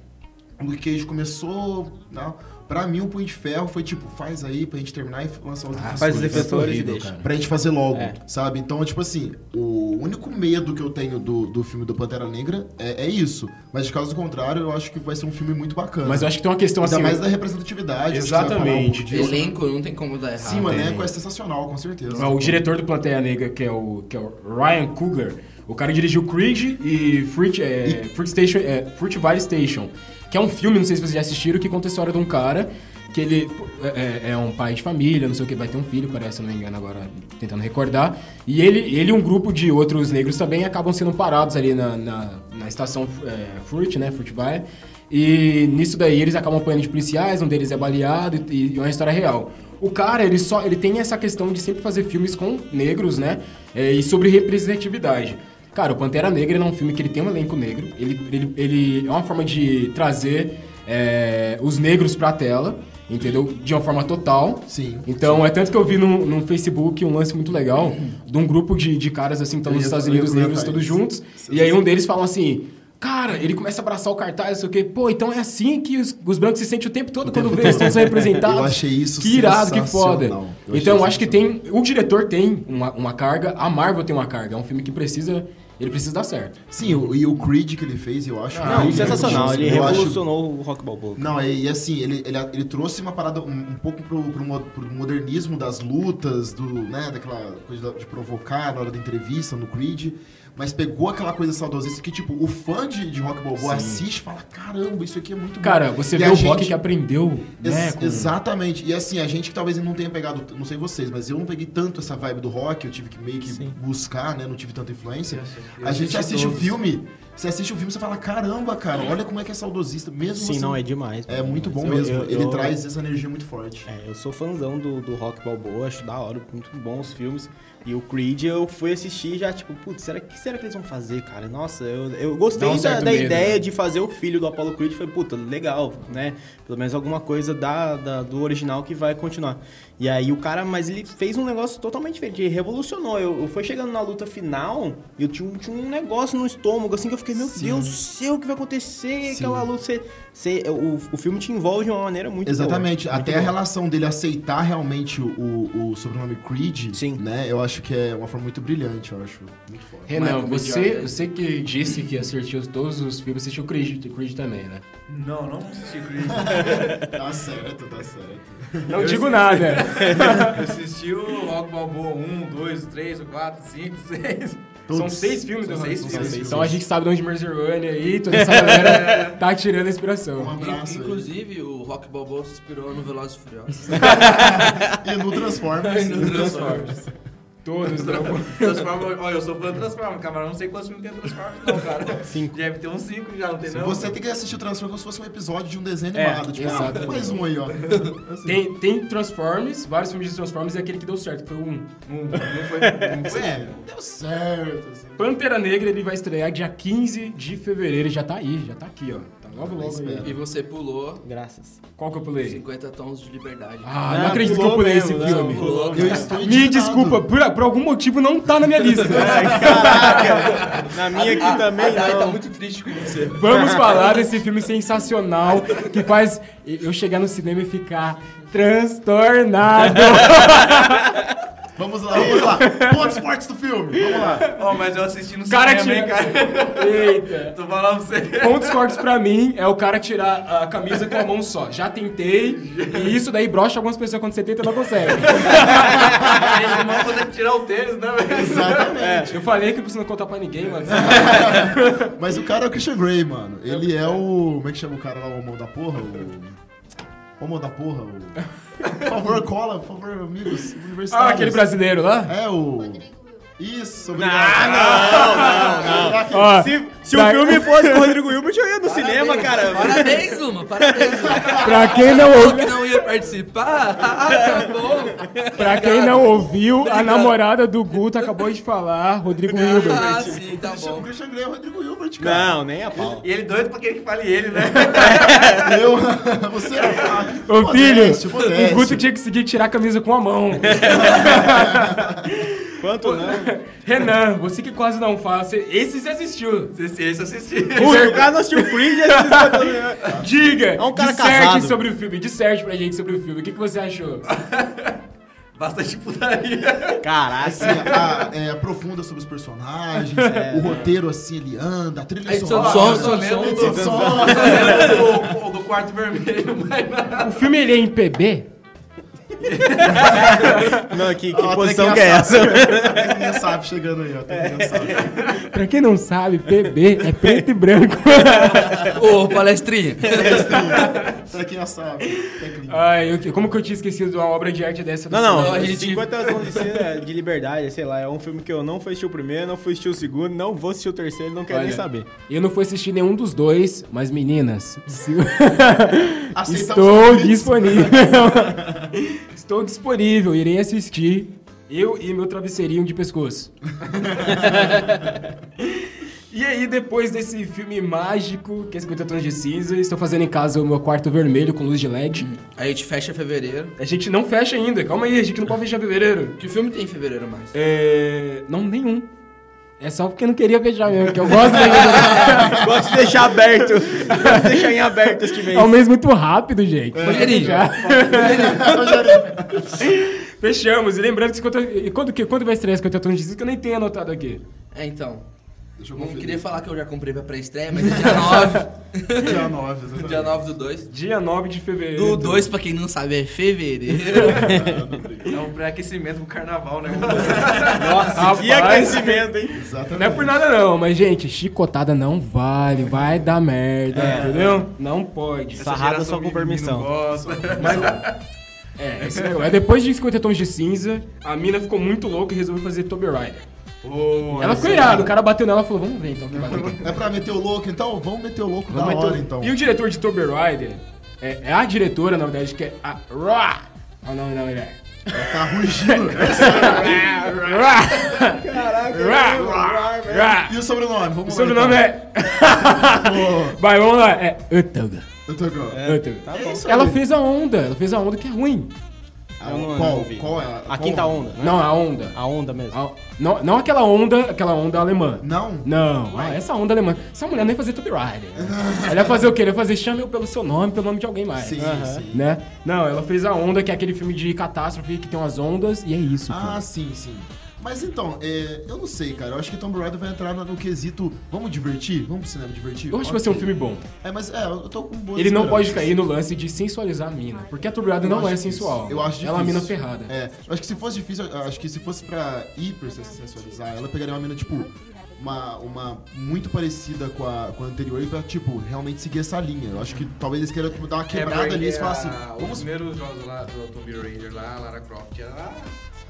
O Luke Cage começou. Não, pra mim, o Punho de Ferro foi tipo, faz aí pra gente terminar e lançar os defensores.
Faz os
sabe?
defensores e
horrível,
deixa.
cara.
pra gente fazer logo,
É.
sabe? Então, tipo assim, o único medo que eu tenho do, do filme do Pantera Negra é, é isso. Mas de caso contrário, eu acho que vai ser um filme muito bacana.
Mas eu acho que tem uma questão
Ainda
assim.
mais da representatividade. acho que você vai falar um
Exatamente. Ah,
pouco disso.
Elenco, não tem como dar errado.
Sim, mano, é, é sensacional, com certeza.
O diretor do Pantera Negra, que é o, que é o Ryan Coogler, o cara dirigiu Creed e Fruit, é, Fruit, Station, é, Fruit Valley Station, que é um filme, não sei se vocês já assistiram, que conta a história de um cara que ele é, é- é um pai de família, não sei o que, vai ter um filho, parece, se eu não me engano, agora tentando recordar. E ele, ele e um grupo de outros negros também acabam sendo parados ali na, na, na estação é, Fruit, né, Fruit Valley. E nisso daí eles acabam apanhando de policiais, um deles é baleado e, e é uma história real. O cara, ele só ele tem essa questão de sempre fazer filmes com negros, né? É, e sobre representatividade. Cara, o Pantera Negra ele é um filme que ele tem um elenco negro, ele, ele, ele é uma forma de trazer é, os negros pra tela, entendeu? De uma forma total.
Sim.
Então, é tanto que eu vi no, no Facebook um lance muito legal de um grupo de, de caras assim, que estão
Eu
nos
ia-
Estados
eu ia
Unidos, negros
comentar
todos
isso.
juntos, e aí um deles fala assim. Cara, ele começa a abraçar o cartaz, não sei o quê. Pô, então é assim que os, os brancos se sentem o tempo todo quando vê, estão sendo representados.
Eu achei isso
Que irado, que foda.
sensacional. Eu achei
então, eu acho que
sensacional.
tem... O diretor tem uma, uma carga, a Marvel tem uma carga. É um filme que precisa... Ele precisa dar certo.
Sim, o- e o Creed que ele fez, Ah, eu acho.
Não,
incrível. Tipo,
sensacional. Ele
Eu acho-
revolucionou o rock balboa.
Não, e, e assim, ele, ele, ele trouxe uma parada um, um pouco pro, pro, mo- pro modernismo das lutas, do, né, daquela coisa de provocar na hora da entrevista no Creed, mas pegou aquela coisa saudosista que, tipo, o fã de, de Rock Balboa assiste e fala, caramba, isso aqui é muito
Cara,
bom.
você
E
vê
a
o
gente-
rock que aprendeu, né?
Ex-
com-
Exatamente. E assim, a gente que talvez não tenha pegado, não sei vocês, mas eu não peguei tanto essa vibe do rock, eu tive que meio que buscar, né? Não tive tanta influência. a gente assiste o filme, você assiste o filme e você fala, caramba, cara, olha como é que é saudosista. Mesmo
Sim,
você-
não, é demais.
É
mano.
muito bom
Eu-
mesmo.
eu-
Ele
eu-
traz essa energia muito forte.
É, eu sou fãzão do, do Rock Balboa, acho da hora, muito bom os filmes. E o Creed eu fui assistir já, tipo, putz, será que será que eles vão fazer, cara? Nossa, eu, eu gostei
Dá um
da,
certo
da
medo,
ideia
né?
de fazer o filho do Apollo Creed, foi puta, legal, né? Pelo menos alguma coisa da, da- do original que vai continuar. E aí o cara, mas ele fez um negócio totalmente diferente, ele revolucionou. Eu, eu fui chegando na luta final, e eu tinha, um- tinha um negócio no estômago, assim, que eu fiquei, meu Deus do céu, o que vai acontecer? Aquela luta, você, você- o, o filme te envolve de uma maneira muito boa.
Exatamente.
Muito
Até a
boa.
relação dele aceitar realmente o, o- o sobrenome Creed,
Sim.
né? Eu acho que é uma forma muito brilhante, eu acho. Muito forte.
Renan,
Michael B.
você,
Jordan.
você que disse que assistiu todos os filmes, assistiu Creed, Creed também, né?
Não, não assisti Creed.
Tá certo, tá certo.
Não digo nada.
Eu assisti o Rock Balboa 1, 2, 3, 4, 5, 6.
São seis filmes,
São
né?
seis filmes.
Então a gente sabe de onde Mercer One aí, toda essa galera tá tirando a
Um
inspiração.
abraço. aí.
Inclusive, o Rock Balboa se inspirou no Velozes e Furiosos.
E no Transformers.
No Transformers.
Todos, né?
Transforma, olha, eu sou fã do Transformers, camarão. Não sei quantos filmes tem Transformers, não, cara. Cinco. Deve ter uns cinco já, não tem não?
Você tem que assistir o Transformers como se fosse um episódio de um desenho
É,
animado. tipo, ah,
exato.
mais um aí, ó. Assim,
Tem, tem Transformers, vários filmes de Transformers e é aquele que deu certo, que foi o um.
Um, não foi. Não foi.
é, deu certo. Assim.
Pantera Negra ele vai estrear dia 15 de fevereiro, já tá aí, já tá aqui, ó. Tá logo, logo aí.
E você pulou
Graças.
Qual que eu pulei?
50 tons de liberdade.
Ah,
Ah,
não acredito que eu
pulou
pulei
mesmo,
esse
não,
filme.
Pulou,
Eu
cara.
estou
Me
indignado.
desculpa, por, por algum motivo não tá na minha lista.
Na minha aqui também,
A Dai
não.
tá muito triste com você.
Vamos falar desse filme sensacional que faz eu chegar no cinema e ficar transtornado.
Vamos lá, vamos lá. Pontos fortes do filme. Vamos lá.
Ó, mas eu assisti no
Cara,
cinema, hein, cara.
tira. Eita.
Tô falando pra você.
Pontos fortes pra mim é o cara tirar a camisa com a mão só. Já tentei, e isso daí brocha algumas pessoas quando você tenta não consegue.
Ele Ah, não consegue tirar o tênis, né, velho?
Exatamente.
Eu falei que eu preciso não contar pra ninguém, mano.
Mas o cara é o Christian Grey, mano. Ele é o. Como é que chama o cara lá, o homão da porra? O. Homo da porra, o. Por favor, cola, por favor, amigos.
Ah,
Universitários.
aquele brasileiro lá?
É o. Isso, obrigado. Ah,
Ó,
Se, se
Dai-
o filme fosse com o Rodrigo Hilbert, eu ia no cinema, cara.
Parabéns, Luma, parabéns, Luma.
pra quem não
Falou
ouviu,
que não ia participar. Ah, tá bom.
pra quem não ouviu, a namorada do Guto acabou de falar, Rodrigo Hilbert.
Ah, sim, tá
O
bom.
Christian Grey é o Rodrigo Hilbert, cara.
Não, nem a pau.
E ele doido pra querer que fale ele, né?
Eu. Você é. Ah,
Ô filho,
modesto,
É um
modesto.
o Guto tinha que seguir tirar a camisa com a mão.
Quanto não?
Renan, você que quase não fala, você- esse você assistiu.
Esse, esse eu assisti.
Ui, o cara não assistiu o Creed, assistiu...
Diga!
um cara
disserte
casado.
sobre o filme, disserte pra gente sobre o filme. O que, que você achou?
Bastante putaria.
Caraca.
assim, a- é, aprofunda sobre os personagens,
É.
o roteiro assim, ele anda, a trilha
Edição de
sonora.
som,
som,
som, som.
edição de som.
Do, do quarto vermelho, mas
O filme ele é em PB?
Não, que, que
Ó, tem
posição
quem
que é essa? É.
sabe. Tem quem sabe chegando aí, ó. Tem quem sabe.
Pra quem não sabe, PB é preto e branco.
Ô, palestrinha.
Pra quem sabe. Tem clima.
Ai, eu- como que eu tinha esquecido de uma obra de arte dessa? do
Não,
cinema?
não,
Não, a gente-
50 anos de, cena de liberdade, sei lá, é um filme que eu não fui assistir o primeiro, não fui assistir o segundo, não vou assistir o terceiro, não quero
Olha,
nem saber.
Eu não fui assistir nenhum dos dois, mas meninas, se-
Aceitamos
estou
convites.
disponível. estou disponível, irei assistir. Eu e meu travesseirinho de pescoço. e aí, depois desse filme mágico, que é 50 Tons de Cinza, estou fazendo em casa o meu quarto vermelho com luz de LED.
Aí a gente fecha fevereiro.
A gente não fecha ainda, calma aí, a gente não pode fechar fevereiro.
Que filme tem em fevereiro mais?
É... Não, nenhum. É É só porque eu não queria beijar mesmo, que eu gosto de
Gosto de deixar aberto. Gosto de deixar em aberto este mês.
É um mês muito rápido, gente.
É,
Rogerinho,
Fechamos. E lembrando que 50... e quando, que, quando vai estrear 50 tons de cinza que eu nem tenho anotado aqui.
É, então.
Deixa eu
Não
conferir.
queria falar que eu já comprei pra pré-estreia, mas é dia
Dia 9, exatamente.
9. dia 9 do 2.
Dia 9 de fevereiro.
Do 2, pra quem não sabe, é fevereiro.
É um pré-aquecimento pro carnaval, né?
Nossa,
E aquecimento, hein?
Exatamente.
Não é por nada não, mas gente, chicotada não vale, vai dar merda, entendeu? Não pode.
Essa- Sarrada só com permissão.
É, esse negócio. Aí depois de 50 tons de cinza, a mina ficou muito louca e resolveu fazer Toby Rider. ela ficou
é
irada, o cara bateu nela e falou, vamos ver então o que vai acontecer."
É pra meter o louco, então? Vamos meter o louco da
Vamos meter-
hora, então.
E o diretor de Toby Rider, é, é a diretora, na verdade, que é a Ra. É o nome da mulher.
Tá rugindo.
É. Ra! Ra! Ra! Ra!
E o sobrenome? Vamos então.
O sobrenome é.
Pô,
Vai, vamos lá, é Utuga.
eu tô com...
Utuga.
É isso
Ela
aí.
fez a onda, ela fez a onda que é ruim.
Ah,
Eu não-
qual,
não vi.
qual é? a-
A
qual-
quinta onda, né?
Não, a onda.
A onda mesmo.
A- não, não aquela onda, aquela onda alemã.
Não?
Não, ah, essa onda alemã. Essa mulher nem fazia Tomb Raider. ela ia fazer o quê? Ela ia fazer chame eu pelo seu nome, pelo nome de alguém mais.
Sim, sim.
Né? Não, ela fez a onda, que é aquele filme de catástrofe que tem umas ondas, e é isso.
Ah, sim, sim. Mas então, é, eu não sei, cara. Eu acho que Tomb Raider vai entrar no, no quesito. Vamos divertir? Vamos pro cinema divertir?
Eu acho que vai ser um
Ok.
filme bom.
É, mas é, eu tô com boas
Ele não pode cair
esperanças.
no lance de sensualizar a mina. Porque a Tomb Raider
Eu
não
acho
é
difícil.
sensual.
Eu acho difícil.
Ela é uma mina ferrada.
É, eu acho que se fosse difícil, eu acho que se fosse pra hiper sensualizar, ela pegaria uma mina, tipo, uma, uma muito parecida com a, com a anterior e pra, tipo, realmente seguir essa linha. Eu acho que talvez eles queiram tipo, dar
É
uma quebrada ali e falar assim,
ah, Os
vamos...
primeiros jogos lá do Tomb Raider lá, a Lara Croft era,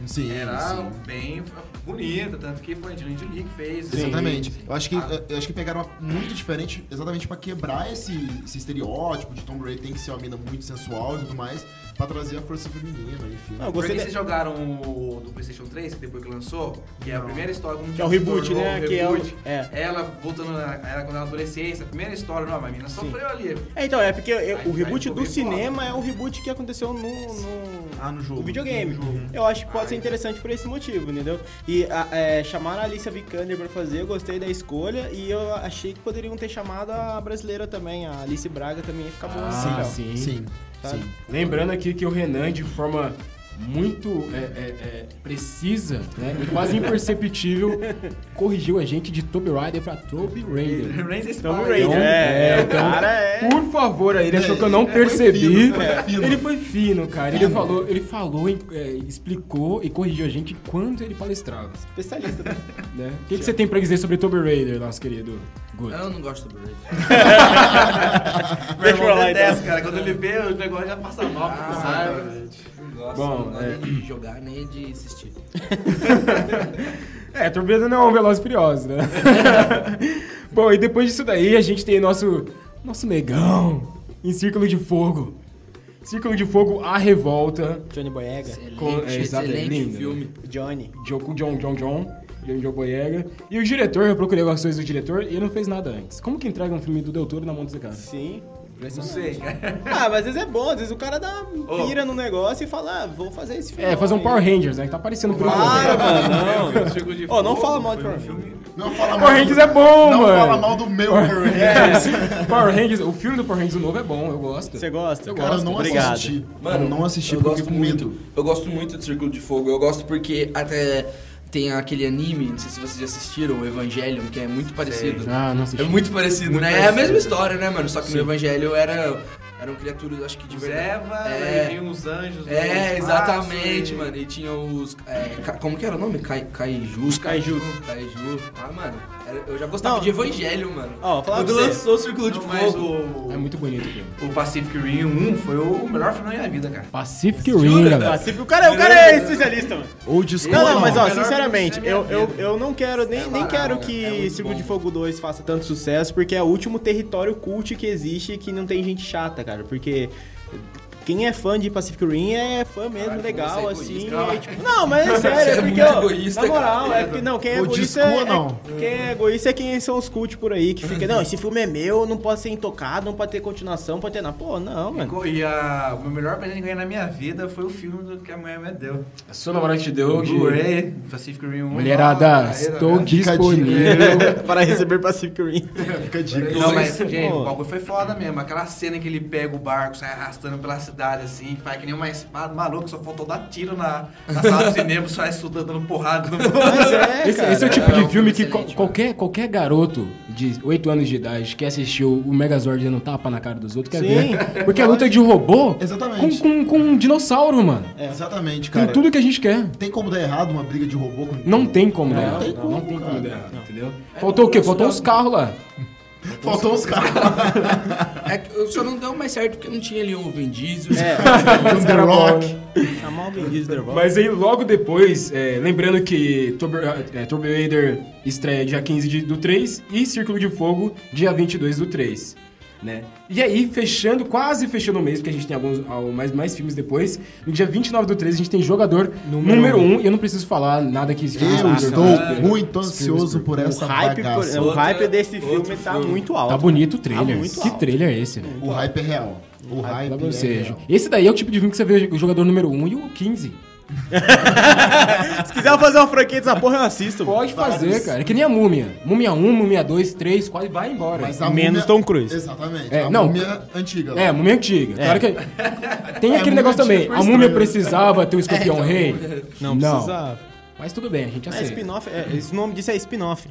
Sim,
era
sim.
bem bonita, tanto que foi a Angelina Jolie que fez.
Exatamente. Eu acho que,
Ah.
eu acho que pegaram uma muito diferente, exatamente pra quebrar esse, esse estereótipo de Tomb Raider tem que ser uma mina muito sensual e tudo mais, pra trazer a força feminina, enfim.
Não, eu
Porque
gostei
vocês
de...
jogaram o do PlayStation 3, que depois que lançou, que é a
Não.
primeira história como
Que é o
se
reboot,
tornou
né?
o
Que é o-
reboot.
é.
Ela voltando na, ela quando ela adolescência, a primeira história, não, a menina sofreu ali.
É, então, é porque eu-
Aí
o reboot
vai
do
pro
cinema é o reboot que aconteceu no... no...
Ah, no jogo.
O videogame.
No jogo.
Eu acho que pode ser interessante por esse motivo, entendeu? E a, é, chamaram a Alicia Vikander pra fazer, eu gostei da escolha e eu achei que poderiam ter chamado a brasileira também, a Alice Braga também ia ficar bom. assim,
Ah,
ó.
sim.
Sim,
Sabe?
sim.
Lembrando aqui que o Renan, de forma muito é, é, é, precisa né, e quase imperceptível, corrigiu a gente de Toby Rider pra Toby Raider.
Tomb
Estamos
Raider.
Então,
É,
é,
é, o
então,
cara é.
Por favor, aí ele achou que eu não
fino,
percebi.
foi fino.
Ele foi fino, cara. Ele falou, ele falou, é, explicou e corrigiu a gente enquanto ele palestrava.
Especialista. né?
né? O que, que você tem pra dizer sobre Toby Raider, nosso querido Guto?
Eu não gosto do Brady.
Meu irmão
pra lá, então.
detesta, cara. Quando ele vê, o negócio já passa mal, porque
Ah,
sabe?
é.
Não gosto,
Bom,
não gosto
é.
nem de jogar, nem de assistir.
É, Toby Raider não é um Veloz e Furioso, né? Bom, e depois disso daí, a gente tem nosso, nosso negão em Círculo de Fogo. Círculo de Fogo, A Revolta.
Johnny Boyega.
Com- é,
Excelente,
exato, é
excelente
lindo, né?
filme.
Johnny.
Jo- com John, John, John, John, John Boyega. E o diretor, eu procurei algumas coisas do diretor e ele não fez nada antes. Como que entrega um filme do Del Toro na mão desse cara?
Sim.
Não sei, cara.
Ah, mas às vezes é bom, às vezes o cara dá uma
Ô.
pira no negócio e fala, ah, vou fazer esse filme.
É, fazer um
aí.
Power Rangers, né? Que tá aparecendo pelo
Para,
Ah,
mano, não.
Eu fico de
Ó, não
fogo,
fala mal de
foi um
Power
filme-
Não fala
Power Rangers é bom,
não
mano.
fala mal do meu Power Rangers.
É, Power Rangers, o filme do Power Rangers o novo é bom, eu gosto.
Você gosta?
Eu
Cara, eu não
Obrigado.
assisti. eu não assisti
Tipo,
porque eu fiquei com
muito,
medo.
Eu gosto muito do Círculo de Fogo. Eu gosto porque até tem aquele anime, não sei se vocês já assistiram, o Evangelion, que é muito parecido.
Ah, não assisti.
É muito parecido,
Muito
né? É a
parecido.
mesma história, né, mano? Só que no Evangelho era, eram criaturas, acho que de
Os
verdade.
Eva,
É.
e vinha os anjos.
Ah,
É,
os
exatamente,
espaços,
mano. E tinha os. é, ca- como que era o nome? Kai, Kaiju.
Os Kaijus.
Kaiju. Ah, mano. era- eu já gostava
Não.
de Evangelho, mano.
Ó, vou falar
Quando
pra você.
lançou o Círculo de
Não, mas
Fogo.
o,
É muito bonito o filme.
o Pacific Rim 1 foi o melhor filme da minha vida, cara.
Pacific Rim,
né?
galera.
Pacific- O cara, o cara é especialista, mano.
Ou desculpa.
Não, não, mas ó,
melhor
sinceramente,
filme da
eu,
minha
eu,
vida.
eu não quero, nem,
É
nem
barato,
quero
é
que
muito
Círculo de
bom.
Fogo 2 faça tanto sucesso, porque é o último território cult que existe que não tem gente chata, cara. Porque Quem é fã de Pacific Rim é fã mesmo,
Caralho,
legal,
você é
assim.
egoísta, cara.
é, tipo, não, mas é sério,
Você
é
é
porque.
muito
ó,
egoísta,
na moral,
cara.
é porque. Não, quem é
Ou
egoísta.
discua,
É, é-
não.
quem é egoísta é quem são os cultos por aí, que fica, não, esse filme é meu, não pode ser intocado, não pode ter continuação, não pode ter nada. Pô, não, mano.
E a, o meu melhor presente que eu ganhei na minha vida foi o filme do que a mulher me deu.
A sua namorada te deu de...
Blu-ray, Pacific Rim 1.
Mulherada,
Ah,
estou
cara.
Fica a dica.
disponível.
Para receber Pacific Rim.
Fica a dica.
Não, mas, gente,
Pô.
o bagulho foi foda mesmo. Aquela cena que ele pega o barco, sai arrastando pela cidade, assim, faz que nem uma espada maluca, só faltou dar tiro na, na sala do cinema, só estudando, dando porrada no
Mas
mundo.
é,
Esse,
cara.
esse é o tipo de
É um
filme
filme
que co-
excelente, mano.
qualquer, qualquer garoto de 8 anos de idade que assistiu o Megazord dando tapa na cara dos outros quer
Sim.
ver. Porque a luta é de robô
Exatamente.
Com, com, com um dinossauro, mano.
Exatamente,
Com
cara.
tudo que a gente quer.
Tem como dar errado uma briga de robô com...
Não tem como dar
tem
errado.
como,
Não tem como
cara.
dar errado, entendeu? Faltou o quê? Faltou uns carros lá.
Faltou os caras.
É que só não deu mais certo porque não tinha ali o Vin Diesel.
É.
The Rock.
Chamar o Vin Diesel, The Rock.
Mas aí, logo depois, é, lembrando que Turbo, é, Turbo Raider estreia dia 15 de- do 3 e Círculo de Fogo dia 22 do 3, né? E aí, fechando, quase fechando o mês, porque a gente tem alguns al- mais, mais filmes depois, no dia 29 do 3 a gente tem Jogador
Número
número
um.
1, e eu não preciso falar nada que...
Eu
Ah,
estou
cara.
muito ansioso por
O
essa
hype,
bagaça.
por- o
Outra-
hype desse
outro
filme tá
filme.
muito alto.
Tá bonito o trailer.
Tá muito
que
alto.
trailer é esse, velho?
O hype é real. O hype
Ou
é
seja,
real.
esse daí é o tipo de filme que você vê o jogador número 1 e o 15.
Se quiser eu fazer uma franquia dessa porra, eu assisto.
Pode fazer, cara. É que nem a múmia. Múmia 1, múmia 2, 3, quase vai embora.
Mas a
Menos
múmia-
Tom Cruise.
Exatamente.
É,
a
não.
múmia antiga. lá.
É, múmia antiga. Claro que. Tem
um
aquele
É, múmia
negócio
antiga
também.
foi
A múmia
estranho, né?
precisava ter o escorpião rei.
É, então, Não, precisa.
Mas tudo bem, a gente
É
aceita.
spin-off, é, esse nome disso é spin-off.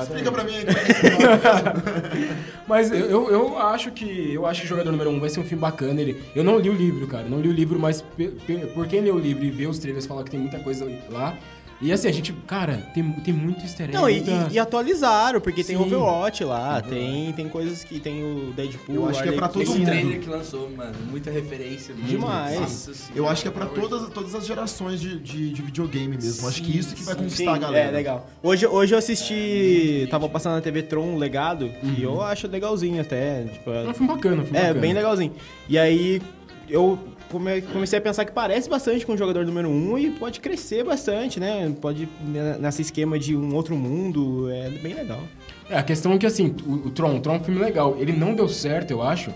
Explica pra mim aí como é que é esse nome.
Mas eu, eu, eu acho que. Eu acho que o jogador número 1 vai ser um filme bacana. Ele, eu não li o livro, cara. Não li o livro, mas pe- pe- por quem lê o livro e vê os trailers fala que tem muita coisa lá. E assim, a gente. Cara, tem, tem muito easter egg.
Não, e,
muita-
e- e atualizaram, porque tem
Sim.
Overwatch lá, tem, tem coisas que tem o Deadpool.
Eu acho que é
Harley
pra
Quinn.
todo
Esse
mundo.
trailer que lançou, mano, muita referência. muito-
Demais.
Nossa senhora.
Eu acho que é pra todas, todas as gerações de, de, de videogame mesmo. acho que isso que vai
Sim,
conquistar a Tá, galera.
É, legal. Hoje, hoje eu assisti. Tava passando na TV Tron um Legado, e eu acho legalzinho até. Tipo,
É um filme bacana, um filme
é,
bacana.
bem legalzinho. E aí eu come- comecei a pensar que parece bastante com o jogador número 1 um, e pode crescer bastante, né? Pode né, nesse esquema de um outro mundo. É bem legal.
É, a questão é que, assim, o, o Tron, o Tron é um filme legal. Ele não deu certo, eu acho,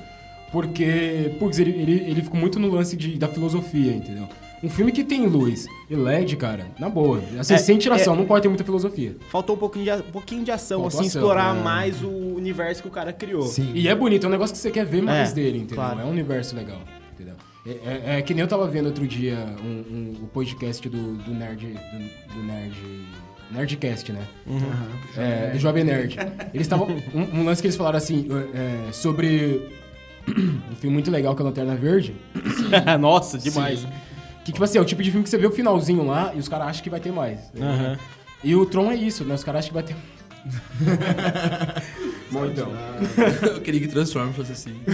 porque, putz, ele, ele, ele ficou muito no lance de- da filosofia, entendeu? Um filme que tem luz e LED, cara, na boa. Assim,
É,
sem tiração, não pode ter muita filosofia.
Faltou um pouquinho de, a- um pouquinho de ação,
Faltou
assim,
ação,
explorar
né?
mais o universo que o cara criou.
Sim.
E é bonito, é um negócio que você quer ver mais
É,
dele, entendeu?
claro.
É um universo legal, entendeu? É, é- é que nem eu tava vendo outro dia um, um- o podcast do, do Nerd. Do, do Nerd. Nerdcast, né? É, do Jovem Nerd. Eles estavam. Um, um lance que eles falaram assim, é, sobre. Um filme muito legal que é Lanterna Verde.
Nossa, demais.
Que, tipo assim, é o tipo de filme que você vê o finalzinho lá e os caras acham que vai ter mais. né?
Aham.
E o Tron é isso, né? Os caras acham que vai ter. Bom, então.
Eu queria que Transformers fosse assim.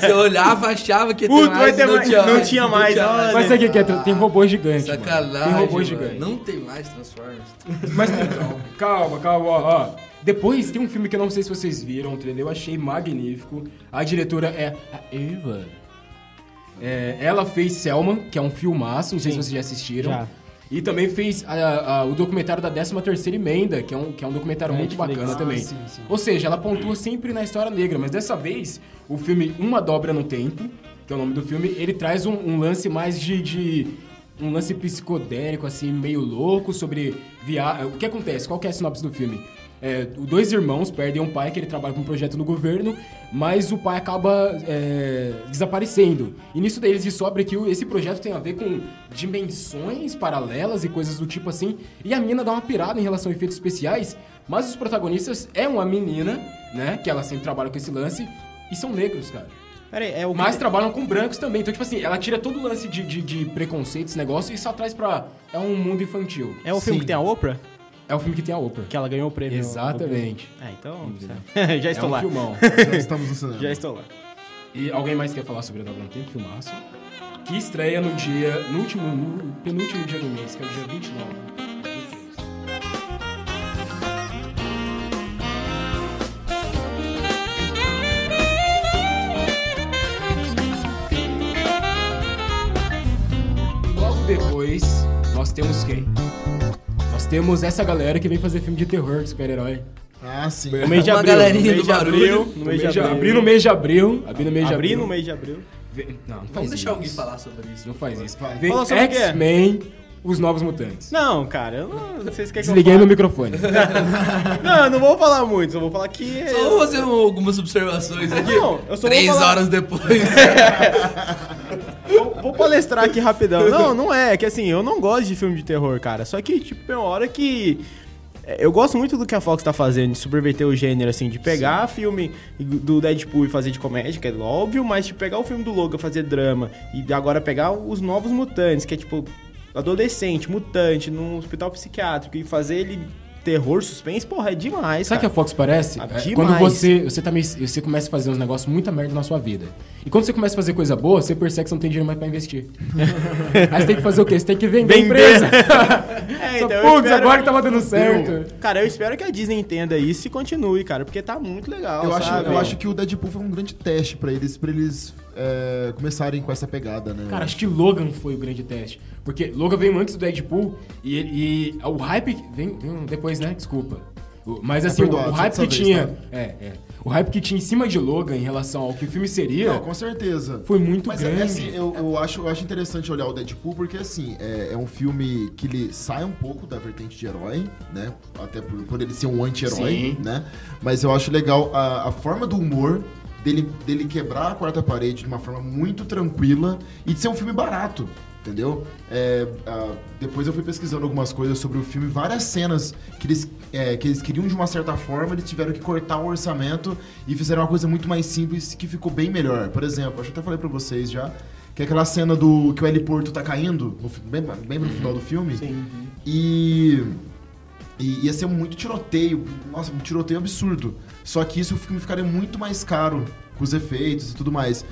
Você olhava, achava que ia ter
É. Puta, vai
mais,
ter
não,
mais.
Tinha
Não tinha mais, olha.
Mas sabe o que que é? Tem robô gigante. mano.
Sacanagem,
Tem robô
mano.
gigante.
Não tem mais Transformers.
Mas calma, calma, ó, ó. Depois tem um filme que eu não sei se vocês viram, entendeu? Eu achei magnífico. A diretora é a Eva. É, ela fez Selma, que é um filmaço, não sei se vocês já assistiram.
já.
E também fez a- a- o documentário da 13ª Emenda, que é um, que é um documentário muito
Netflix.
bacana
Ah,
também. Ou seja, ela pontua sempre na história negra, mas dessa vez o filme Uma Dobra no Tempo, que é o nome do filme, ele traz um, um lance mais de, de- um lance psicodélico, assim, meio louco, sobre via... o que acontece, qual que é a sinopse do filme? É, o- dois irmãos perdem um pai que ele trabalha com um projeto no governo, mas o pai acaba é, desaparecendo. E nisso daí eles descobrem que o- esse projeto tem a ver com dimensões paralelas e coisas do tipo assim. E a mina dá uma pirada em relação a efeitos especiais, mas os protagonistas é uma menina, né? Que ela sempre trabalha com esse lance, e são negros, cara.
Pera aí, é o que-
Mas trabalham com brancos também. Então, tipo assim, ela tira todo o lance de, de, de preconceito, esse negócio, e só traz pra. É um mundo infantil.
É o filme
Sim.
que tem a Oprah?
É o filme que tem a Oprah.
Que ela ganhou o prêmio.
Exatamente.
Ah, então. já estou
é um
lá.
filmão.
Já estamos no cinema.
Já estou lá.
E alguém mais quer falar sobre a Dobra no Tempo? Filmaço. Que estreia no dia, no último, no penúltimo dia do mês, que é o dia 29. Nós temos quem? Nós temos essa galera que vem fazer filme de terror, de super-herói.
Ah, sim.
No mês de
Uma
abril, no
galerinha
mês
do
de
barulho.
abril, no mês de abril, no mês de abril, abri no mês de
Abrir
abril.
no mês de abril.
Vê- Não, não faz
Vamos deixar
isso.
alguém falar sobre isso.
Não faz isso.
Vai.
Vem
Fala sobre o que é.
X-Men, os novos mutantes.
Não, cara, eu não, vocês querem que eu
Desliguei meu microfone.
fale? Não, eu não vou falar muito, só vou falar que... é
Só Então, vou fazer um- algumas observações aqui.
Não, eu só
Então,
vou
Três
falar-
horas depois.
Vou- Vou palestrar aqui rapidão. Não, não é. É que assim, eu não gosto de filme de terror, cara. Só que, tipo, tem uma hora que. é, Eu gosto muito do que a Fox tá fazendo, de subverter o gênero, assim, de pegar filme do Deadpool e fazer de comédia, que é óbvio, mas de pegar o filme do Logan e fazer drama, e agora pegar os novos mutantes, que é tipo, adolescente, mutante, num hospital psiquiátrico, e fazer ele terror, suspense, porra, é demais.
Sabe o que a
cara.
Fox parece?
Ah,
É,
demais.
quando você, você, tá meio- você começa a fazer uns negócios muita merda na sua vida. E quando você começa a fazer coisa boa, você percebe que você não tem dinheiro mais pra investir. Aí você tem que fazer o quê? Você tem que vender a
Vender.
empresa.
É,
Só,
então eu
Putz,
espero-
agora que tava dando certo.
Cara, eu espero que a Disney entenda isso e continue, cara, porque tá muito legal.
Eu acho,
sabe?
eu acho que o Deadpool foi um grande teste pra eles, pra eles é, começarem com essa pegada, né?
Cara, acho que Logan foi o grande teste. Porque Logan veio antes do Deadpool e, ele- e o hype. que- Vem, vem depois, né? Desculpa. O- Mas assim, o-
É perdoado,
o hype que
dessa vez,
tinha.
tá?
É, é. O hype que tinha em cima de Logan em relação ao que o filme seria.
Não, com certeza.
Foi muito
Mas,
grande.
é, assim, eu, eu acho, eu acho interessante olhar o Deadpool, porque, assim, é, é um filme que ele sai um pouco da vertente de herói, né? Até por, por ele ser um
Sim.
anti-herói, né? Mas eu acho legal a, a forma do humor dele, dele quebrar a quarta parede de uma forma muito tranquila e de ser um filme barato. Entendeu? É, ah, depois eu fui pesquisando algumas coisas sobre o filme, várias cenas que eles, é, que eles queriam de uma certa forma, eles tiveram que cortar o orçamento e fizeram uma coisa muito mais simples que ficou bem melhor. Por exemplo, acho que até falei pra vocês já, que é aquela cena do que o heliporto tá caindo, no fi- bem, bem no final do filme. Sim. E. E ia ser muito tiroteio, nossa, um tiroteio absurdo. Só que isso o filme ficaria muito mais caro com os efeitos e tudo mais.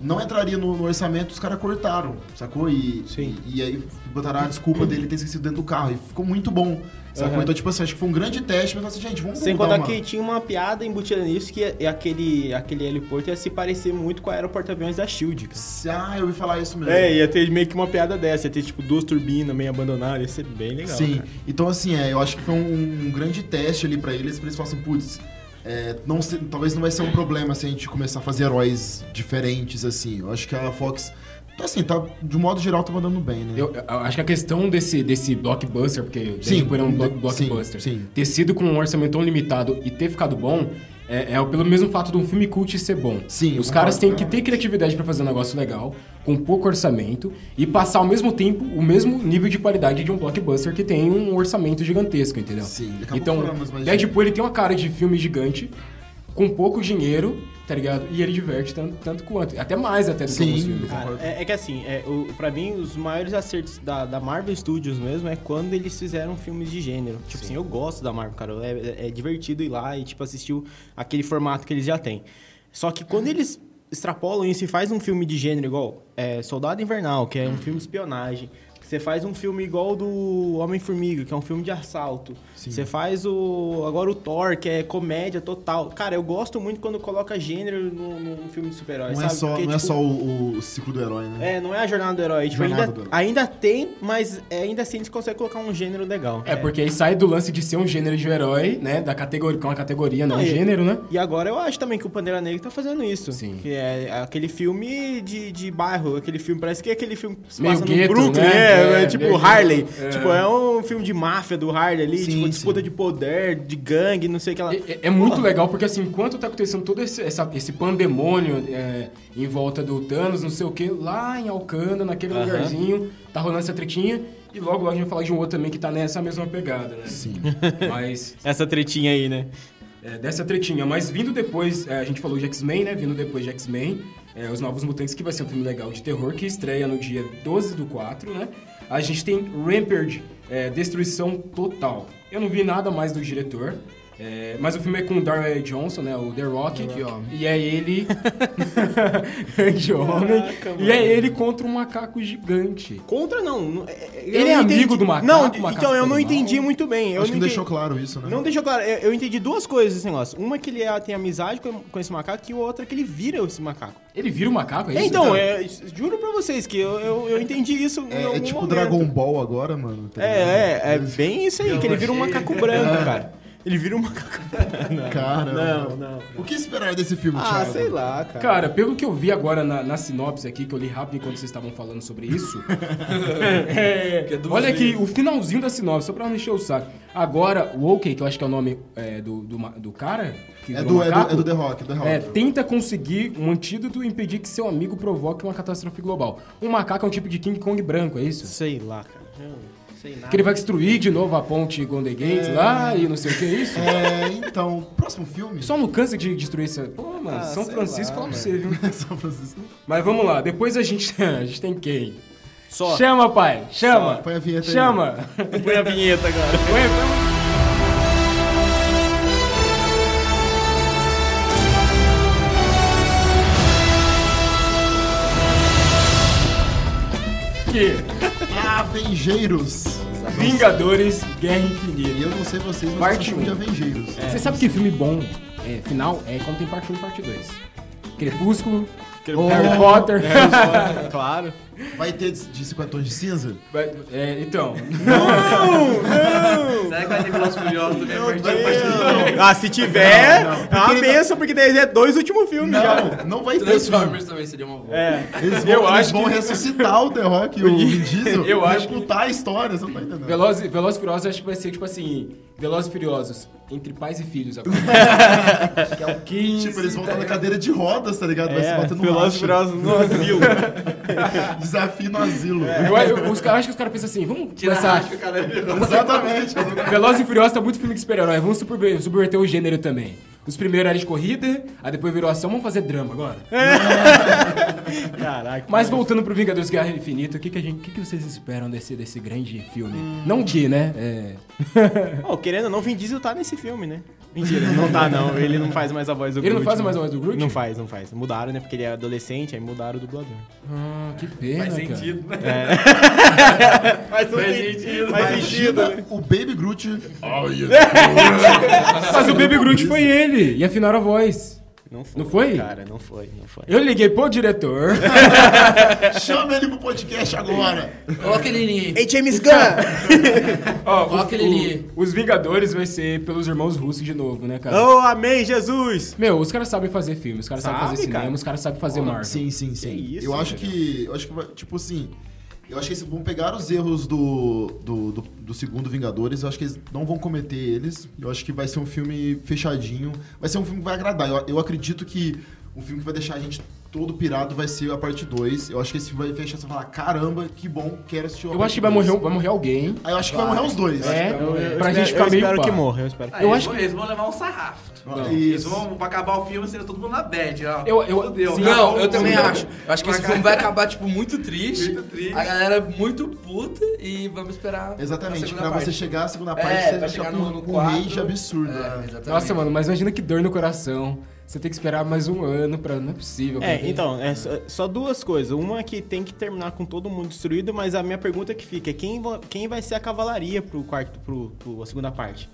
Não entraria no, no orçamento, os caras cortaram, sacou? E,
Sim.
E, e aí botaram a desculpa dele ter esquecido dentro do carro. E ficou muito bom, sacou? Então, tipo assim, acho que foi um grande teste, mas assim, gente, vamos
Sem
voltar
contar
uma-
que tinha uma piada embutida nisso que é aquele, aquele heliporto ia se parecer muito com a aeroporto-aviões da SHIELD, cara.
Ah, eu ouvi falar isso mesmo.
É, ia ter meio que uma piada dessa, ia ter tipo duas turbinas meio abandonadas, ia ser bem legal. né?
Sim.
cara.
Então, assim, é, eu acho que foi um, um grande teste ali pra eles, pra eles falarem assim, putz, é, não se- talvez não vai ser um problema se a gente começar a fazer heróis diferentes, assim. Eu acho que a Fox, tá assim, tá, de um modo geral, tá mandando bem, né?
Eu, eu acho que a questão desse, desse blockbuster, porque
Sim,
sim, era um blo-
sim,
blockbuster,
sim.
ter sido com um orçamento tão limitado e ter ficado bom, é, é pelo mesmo fato de um filme cult ser bom.
Sim,
Os
eu
caras têm
concordo,
que ter criatividade pra fazer um negócio legal, com pouco orçamento, e passar ao mesmo tempo o mesmo nível de qualidade de um blockbuster que tem um orçamento gigantesco, entendeu?
Sim, ele acabou
Então,
falando, mas- mas-
Deadpool ele tem uma cara de filme gigante, com pouco dinheiro, tá ligado? E ele diverte tanto, tanto quanto. Até mais até do que
Sim, Ah,
alguns filmes. né?
Cara, é, é que assim, é, o, pra mim, os maiores acertos da, da Marvel Studios mesmo é quando eles fizeram filmes de gênero. Tipo assim, eu gosto da Marvel, cara. É, é- é divertido ir lá e, tipo, assistir o- aquele formato que eles já têm. Só que quando
Uhum.
eles extrapolam isso e faz um filme de gênero igual é, Soldado Invernal, que é
Uhum.
um filme de espionagem. Você faz um filme igual o do Homem-Formiga, que é um filme de assalto. Você faz o. Agora o Thor, que é comédia total. Cara, eu gosto muito quando coloca gênero num, num filme de super-herói.
não é
sabe?
só,
Porque,
não é
tipo,
só o, o ciclo do herói, né?
é, não é a jornada do herói. Tipo,
Jornada
ainda,
do herói.
ainda tem, mas é, ainda assim eles conseguem colocar um gênero legal.
É, porque aí sai do lance de ser um gênero de herói, né? Da categoria, que é uma categoria, não,
Não,
um
e-
gênero, né?
E agora eu acho também que o Pandeira Negra tá fazendo isso.
Sim.
Que é aquele filme de, de bairro, aquele filme, parece que é aquele filme que se
Meio
passa
gueto,
no Brooklyn,
né?
é,
É,
é tipo
meio gueto.
Harley.
É.
Tipo, é um filme de máfia do Harley ali,
Sim,
tipo, disputa de poder, de gangue, não sei o que lá.
É, é- é muito legal, porque assim, enquanto tá acontecendo todo esse, essa- esse pandemônio é, em volta do Thanos, não sei o que, lá em Alcântara, naquele lugarzinho, tá rolando essa tretinha, e logo, logo a gente vai falar de um outro também que tá nessa mesma pegada, né? Sim. Mas,
Essa tretinha aí, né?
é, dessa tretinha. Mas vindo depois, é, a gente falou de X-Men, né? Vindo depois de X-Men, é, Os Novos Mutantes, que vai ser um filme legal de terror, que estreia no dia 12 do 4, né? A gente tem Rampage, é, Destruição Total. Eu não vi nada mais do diretor. É, mas o filme é com o Darwin Johnson, né? O The Rock.
The Rock.
E é ele. Grande homem. E é ele contra um macaco gigante.
Contra não. não- é- é- eu
Ele é
não
amigo
entendi.
do macaco,
Não,
o macaco
então eu não
foi do
entendi
mal.
muito bem. Eu
Acho que
não entendi-
não deixou claro isso, né?
Não deixou claro. Eu, eu entendi duas coisas esse negócio. Uma que ele é- tem amizade com, com esse macaco e outra é que ele vira esse macaco.
Ele vira um macaco, é
É,
isso?
então,
Tá.
é, juro pra vocês que eu, eu, eu entendi isso em
É,
algum
é tipo
momento.
Dragon Ball agora, mano. tá
É,
ligado?
é, é bem isso aí, que ele vira um macaco branco, cara. Ele vira um macaco branco.
Cara,
é. Não,
mano.
não.
O que esperar desse filme,
Ah,
Thiago?
sei lá, cara.
Cara, pelo que eu vi agora na, na sinopse aqui, que eu li rápido enquanto vocês estavam falando sobre isso. é,
Que é duas
olha aqui,
vezes.
o finalzinho da sinopse, só pra não encher o saco. Agora, o OK, que eu acho que é o nome é, do, do, ma- do cara. que
É
virou
do, é, do,
macaco,
é do The Rock, The Rock.
É, tenta conseguir um antídoto e impedir que seu amigo provoque uma catástrofe global. Um macaco é um tipo de King Kong branco, é isso?
Sei lá, cara. Eu não sei nada.
Que ele vai destruir de novo a ponte Golden Gate lá e não sei o que é isso.
É, então, próximo filme.
Só não cansa de destruir essa. Pô, mano,
Ah,
São
sei
Francisco
lá,
fala pra você,
um
viu?
São Francisco.
Mas vamos lá, depois a gente, a gente tem quem?
Só.
Chama, pai! Chama!
Põe a vinheta aí.
Chama!
Põe a vinheta agora.
Que?
Avengeiros.
Vingadores Guerra Infinita.
E eu não sei vocês, mas
Parte
eu chamo de
um.
Avengeiros.
Você sabe que filme bom, é, final, é quando tem parte 1 e parte 2. Crepúsculo, Harry Potter.
Claro.
Vai ter de de 50 tons de cinza?
Vai- é, então,
Será que vai ter Velozes e Furiosos também? a partir da parte do-
Ah, se tiver, é uma benção, porque daí é dois últimos filmes já.
Não, não vai ter.
Transformers também seria uma boa.
É.
Eles vão,
Eu
eles
acho
vão
que-
ressuscitar o The Rock e o Vin Diesel.
Eu
e
acho que-
Reputar a história, você não tá entendendo.
Velozes Veloz e Furiosos acho que vai ser tipo assim, Velozes e Furiosos, entre pais e filhos agora. que é o 15.
Tipo, eles vão estar na cadeira de rodas, tá ligado? Vai se
É,
bater no
Velozes e
racha.
Furiosos no asilo.
Desafio
É.
no asilo.
Eu, eu- os caras- acho que os caras pensam assim, vamos
Tira a
começar...
racha, cara.
Exatamente.
Velozes e Furiosos tá muito filme de super-herói, vamos super- subverter o gênero também. Os primeiros eram de corrida, aí depois virou ação, vamos fazer drama agora.
Caraca.
Mas voltando pro Vingadores Guerra Infinita, o que, que, a gente, o que, que vocês esperam desse, desse grande filme? Não o que, né? É...
Ó, querendo ou não, Vin Diesel tá nesse filme, né? Mentira, ele não tá não. Ele não faz mais a voz do
Ele não
Groot,
faz
né?
mais a voz do Groot?
Não faz, não faz. Mudaram, né? Porque ele é adolescente, aí mudaram o dublador.
Ah, que pena,
Faz
cara.
sentido, né?
Faz,
sentido.
Faz sentido.
Imagina o Baby Groot.
Mas o Baby Groot foi ele, e afinaram a voz.
Não foi,
Não foi?
Cara, não foi, não foi.
Eu liguei pro diretor.
Chama ele pro podcast agora.
Coloca ele ali.
Ei, James Gunn!
Ó,
Ó,
o-
aquele
o-
ali.
os Vingadores vai ser pelos irmãos russos de novo, né, cara?
Oh, amém, Jesus!
Meu, os caras sabem fazer filme, os caras sabem
Sabe,
fazer cinema,
cara.
os caras sabem fazer Marvel.
Sim, sim, sim.
Que isso,
é
eu acho que. Eu acho que vai- tipo assim. Eu acho que eles vão pegar os erros do, do, do, do segundo Vingadores, eu acho que eles não vão cometer eles. Eu acho que vai ser um filme fechadinho. Vai ser um filme que vai agradar. Eu, eu acredito que um filme que vai deixar a gente todo pirado vai ser a parte 2. Eu acho que esse filme vai fechar você vai falar, caramba, que bom, quero assistir
Eu
a parte
acho que vai
dois."
morrer, um- vai morrer alguém.
Aí eu acho que vai morrer os dois.
É,
Eu
pra
espero-
gente ficar
eu
meio
espero
pá.
que morra, eu espero que
Aí
Eu
eles
acho
vão- eles vão levar um sarrafo. Eles
Isso.
vão, pra acabar o filme, seria todo mundo na bad. ó.
Eu- eu-
Fudeu.
sim.
Não, eu
Acabou
também
o mundo.
acho. Eu acho que esse
Vai
filme vai acabar, tipo, muito triste.
Muito triste.
A galera muito puta e vamos esperar. a
Exatamente,
segunda
pra
parte.
você chegar à segunda parte,
É,
você
vai
vai
chegar
chegar
no-
com
no
com um
quatro.
rage absurdo.
É,
né?
exatamente.
Nossa, mano, mas imagina que dor no coração. Você tem que esperar mais um ano pra. Não é possível. cara.
É, então, é só, só duas coisas. Uma é que tem que terminar com todo mundo destruído, mas a minha pergunta que fica é quem, va- quem vai ser a cavalaria pro quarto, pro, pro- a segunda parte?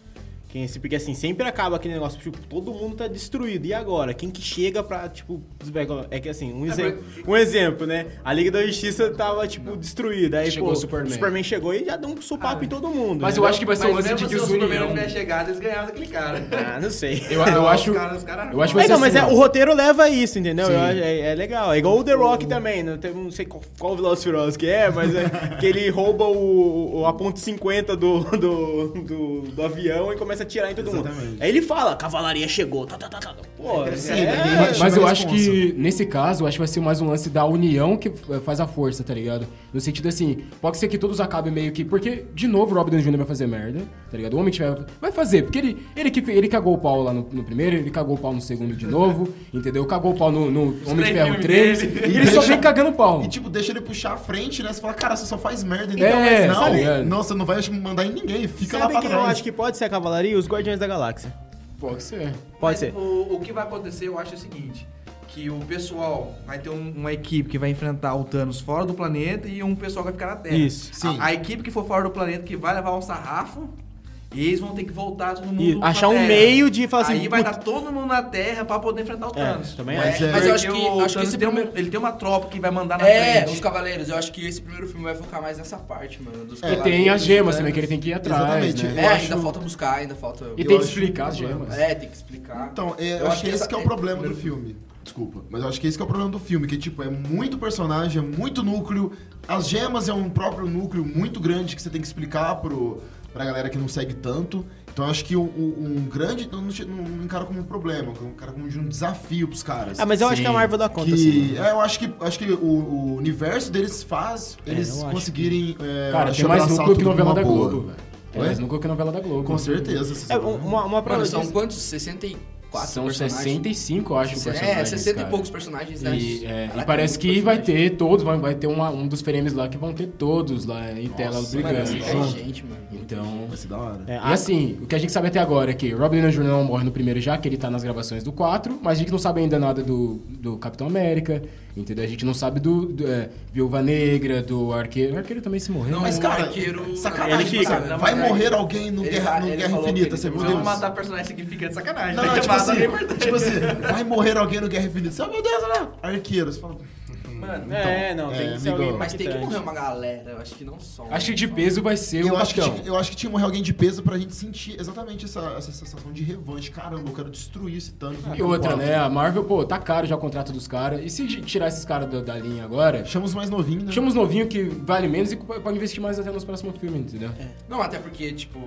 Quem, se- porque assim, sempre acaba aquele negócio, tipo, todo mundo tá destruído. E agora? Quem que chega pra, tipo, desvelar? é que assim, um, exemplo, um exemplo, né? A Liga da Justiça tava, tipo, destruída. Aí,
Chegou
pô,
o Superman. Ah.
Superman chegou e já deu um sopapo em todo mundo. né?
Mas eu acho que vai
Mas
ser um lance
mesmo assim,
de
se o Superman
desunião.
não tivesse chegado, eles ganhavam daquele cara.
Ah, não sei.
Eu, eu
Os
acho.
caras- os caras-
Eu acho que
É,
vai ser
não, mas
assim,
é, o
ó.
roteiro leva a isso, entendeu?
Sim.
Eu acho- é, é legal. É igual o The Rock também. Não, teve, não sei qual, qual Velozes e Furiosos que é, mas é que ele rouba o, o- a ponte 50 do, do, do, do avião e começa a atirar em todo mundo.
Exatamente.
Aí ele fala, cavalaria chegou. Tá, tá, tá, tá. Pô,
Sim,
é-
ninguém né? vai
Mas
chamar
eu
a
acho
responsa.
que, nesse caso, eu acho que vai ser mais um lance da união que eh, faz a força, tá ligado? No sentido assim, pode ser que todos acabem meio que. Porque, de novo, o Robin Downey Jr. vai fazer merda, tá ligado? O homem tiver. Vai fazer, porque ele, ele, que, fe- ele cagou o pau lá no, no primeiro, ele cagou o pau no segundo de novo, entendeu? Cagou o pau no, no Homem de
três
Ferro
filmes
3.
dele.
E ele só vem cagando pau.
E tipo, deixa ele puxar a frente, né? Você fala, cara, você só faz merda.
É,
Então, mas não,
sabe?
não, você não vai mandar em ninguém. Fica lá
Sabe
pra
quem
trás.
eu acho que pode ser a cavalaria? Os Guardiões da Galáxia.
Pode ser.
Mas
Pode ser.
O, o que vai acontecer, eu acho, é o seguinte: que o pessoal vai ter um- uma equipe que vai enfrentar o Thanos fora do planeta e um pessoal que vai ficar na Terra.
Isso,
sim.
A, a equipe que for fora do planeta que vai levar um sarrafo. E eles vão ter que voltar todo mundo.
Isso,
pra
achar um
Terra.
meio de falar assim,
Aí vai
puta-
estar todo mundo na Terra pra poder enfrentar o
É,
Thanos.
também
Mas-
acho.
Mas eu acho
porque
que-
o
acho que
Thanos
esse
tem um-
primeiro-
ele tem uma tropa que vai mandar na
É,
frente.
os Cavaleiros. Eu acho que esse primeiro filme vai focar mais nessa parte, mano.
É,
Dos
E tem as
Cavaleiros,
gemas
né?
também que ele tem que ir atrás,
Exatamente,
né?
É,
Eu
ainda
acho-
falta buscar, ainda falta.
E
Eu
tem que
acho
explicar as
que-
gemas.
É, tem que explicar.
Então, é, eu,
Eu
acho que esse que é o problema do
primeiro
filme. Desculpa, mas eu acho que esse que é o problema do filme, que tipo, é muito personagem, é muito núcleo. As gemas é um próprio núcleo muito grande que você tem que explicar pro, pra galera que não segue tanto. Então eu acho que um, um- um grande. Eu não, che- não, não encaro como um problema, eu encaro como de um desafio pros caras.
Ah, mas eu acho
Sim.
que a Marvel dá conta,
que,
assim.
é, eu acho que, acho que o, o universo deles faz
É,
eu
eles
acho que-
conseguirem. É,
Cara, tem
chamar
mais
assalto
núcleo que
de uma
novela da
boa.
Globo, velho. Tem
Oi?
mais núcleo que novela da Globo.
Com certeza. vocês
É,
sabem.
uma, uma prova
Mano, são
disso-
quantos? 64
São
personagens?
65, eu acho,
É,
personagens,
60
cara.
e poucos personagens, né?
E, é, e
Caraca,
parece
muito
que vai
personagem.
ter todos, vai, vai ter uma- um dos prêmios lá que vão ter todos lá em tela
Mano,
brigando.
isso é gente, mano.
Então.
Vai ser da hora.
É,
E assim, o que a gente sabe até agora é que Robin Downey Jr. não morre no primeiro já, que ele tá nas gravações do 4, mas a gente não sabe ainda nada do, do Capitão América, entendeu? A gente não sabe do, do, é, Viúva Negra, do Arqueiro. O Arqueiro também se morreu.
Não,
né?
Mas,
o
cara,
arqueiro-
sacanagem,
Ele fica.
cara. Vai morrer alguém no
Ele
Guerra,
fa-
no
ele
Guerra
falou que
Infinita,
ele-
você, meu
Não,
Deus.
Vamos matar personagem significante sacanagem.
Não,
Tem
não,
que
tipo
matar
assim,
é importante.
tipo assim, vai morrer alguém no Guerra Infinita. Você, meu Deus, olha lá. Arqueiro, você fala.
Mano,
É, não, tem
é,
que ser
amigo,
alguém
Mas tem que
impactante.
morrer uma galera, eu acho que não só. um,
Acho que de
só.
peso vai ser
Eu
o
acho, que,
Capitão.
tinha- eu acho que tinha que morrer alguém de peso pra gente sentir exatamente essa, essa sensação de revanche. Caramba, eu quero destruir esse Thanos.
E outra, né? A Marvel, pô, tá caro já o contrato dos caras. E se tirar esses caras da, da linha agora,
Chama os mais novinhos, né?
chama os novinhos que vale menos e pode investir mais até nos próximos filmes, entendeu?
É.
Não, até porque, tipo,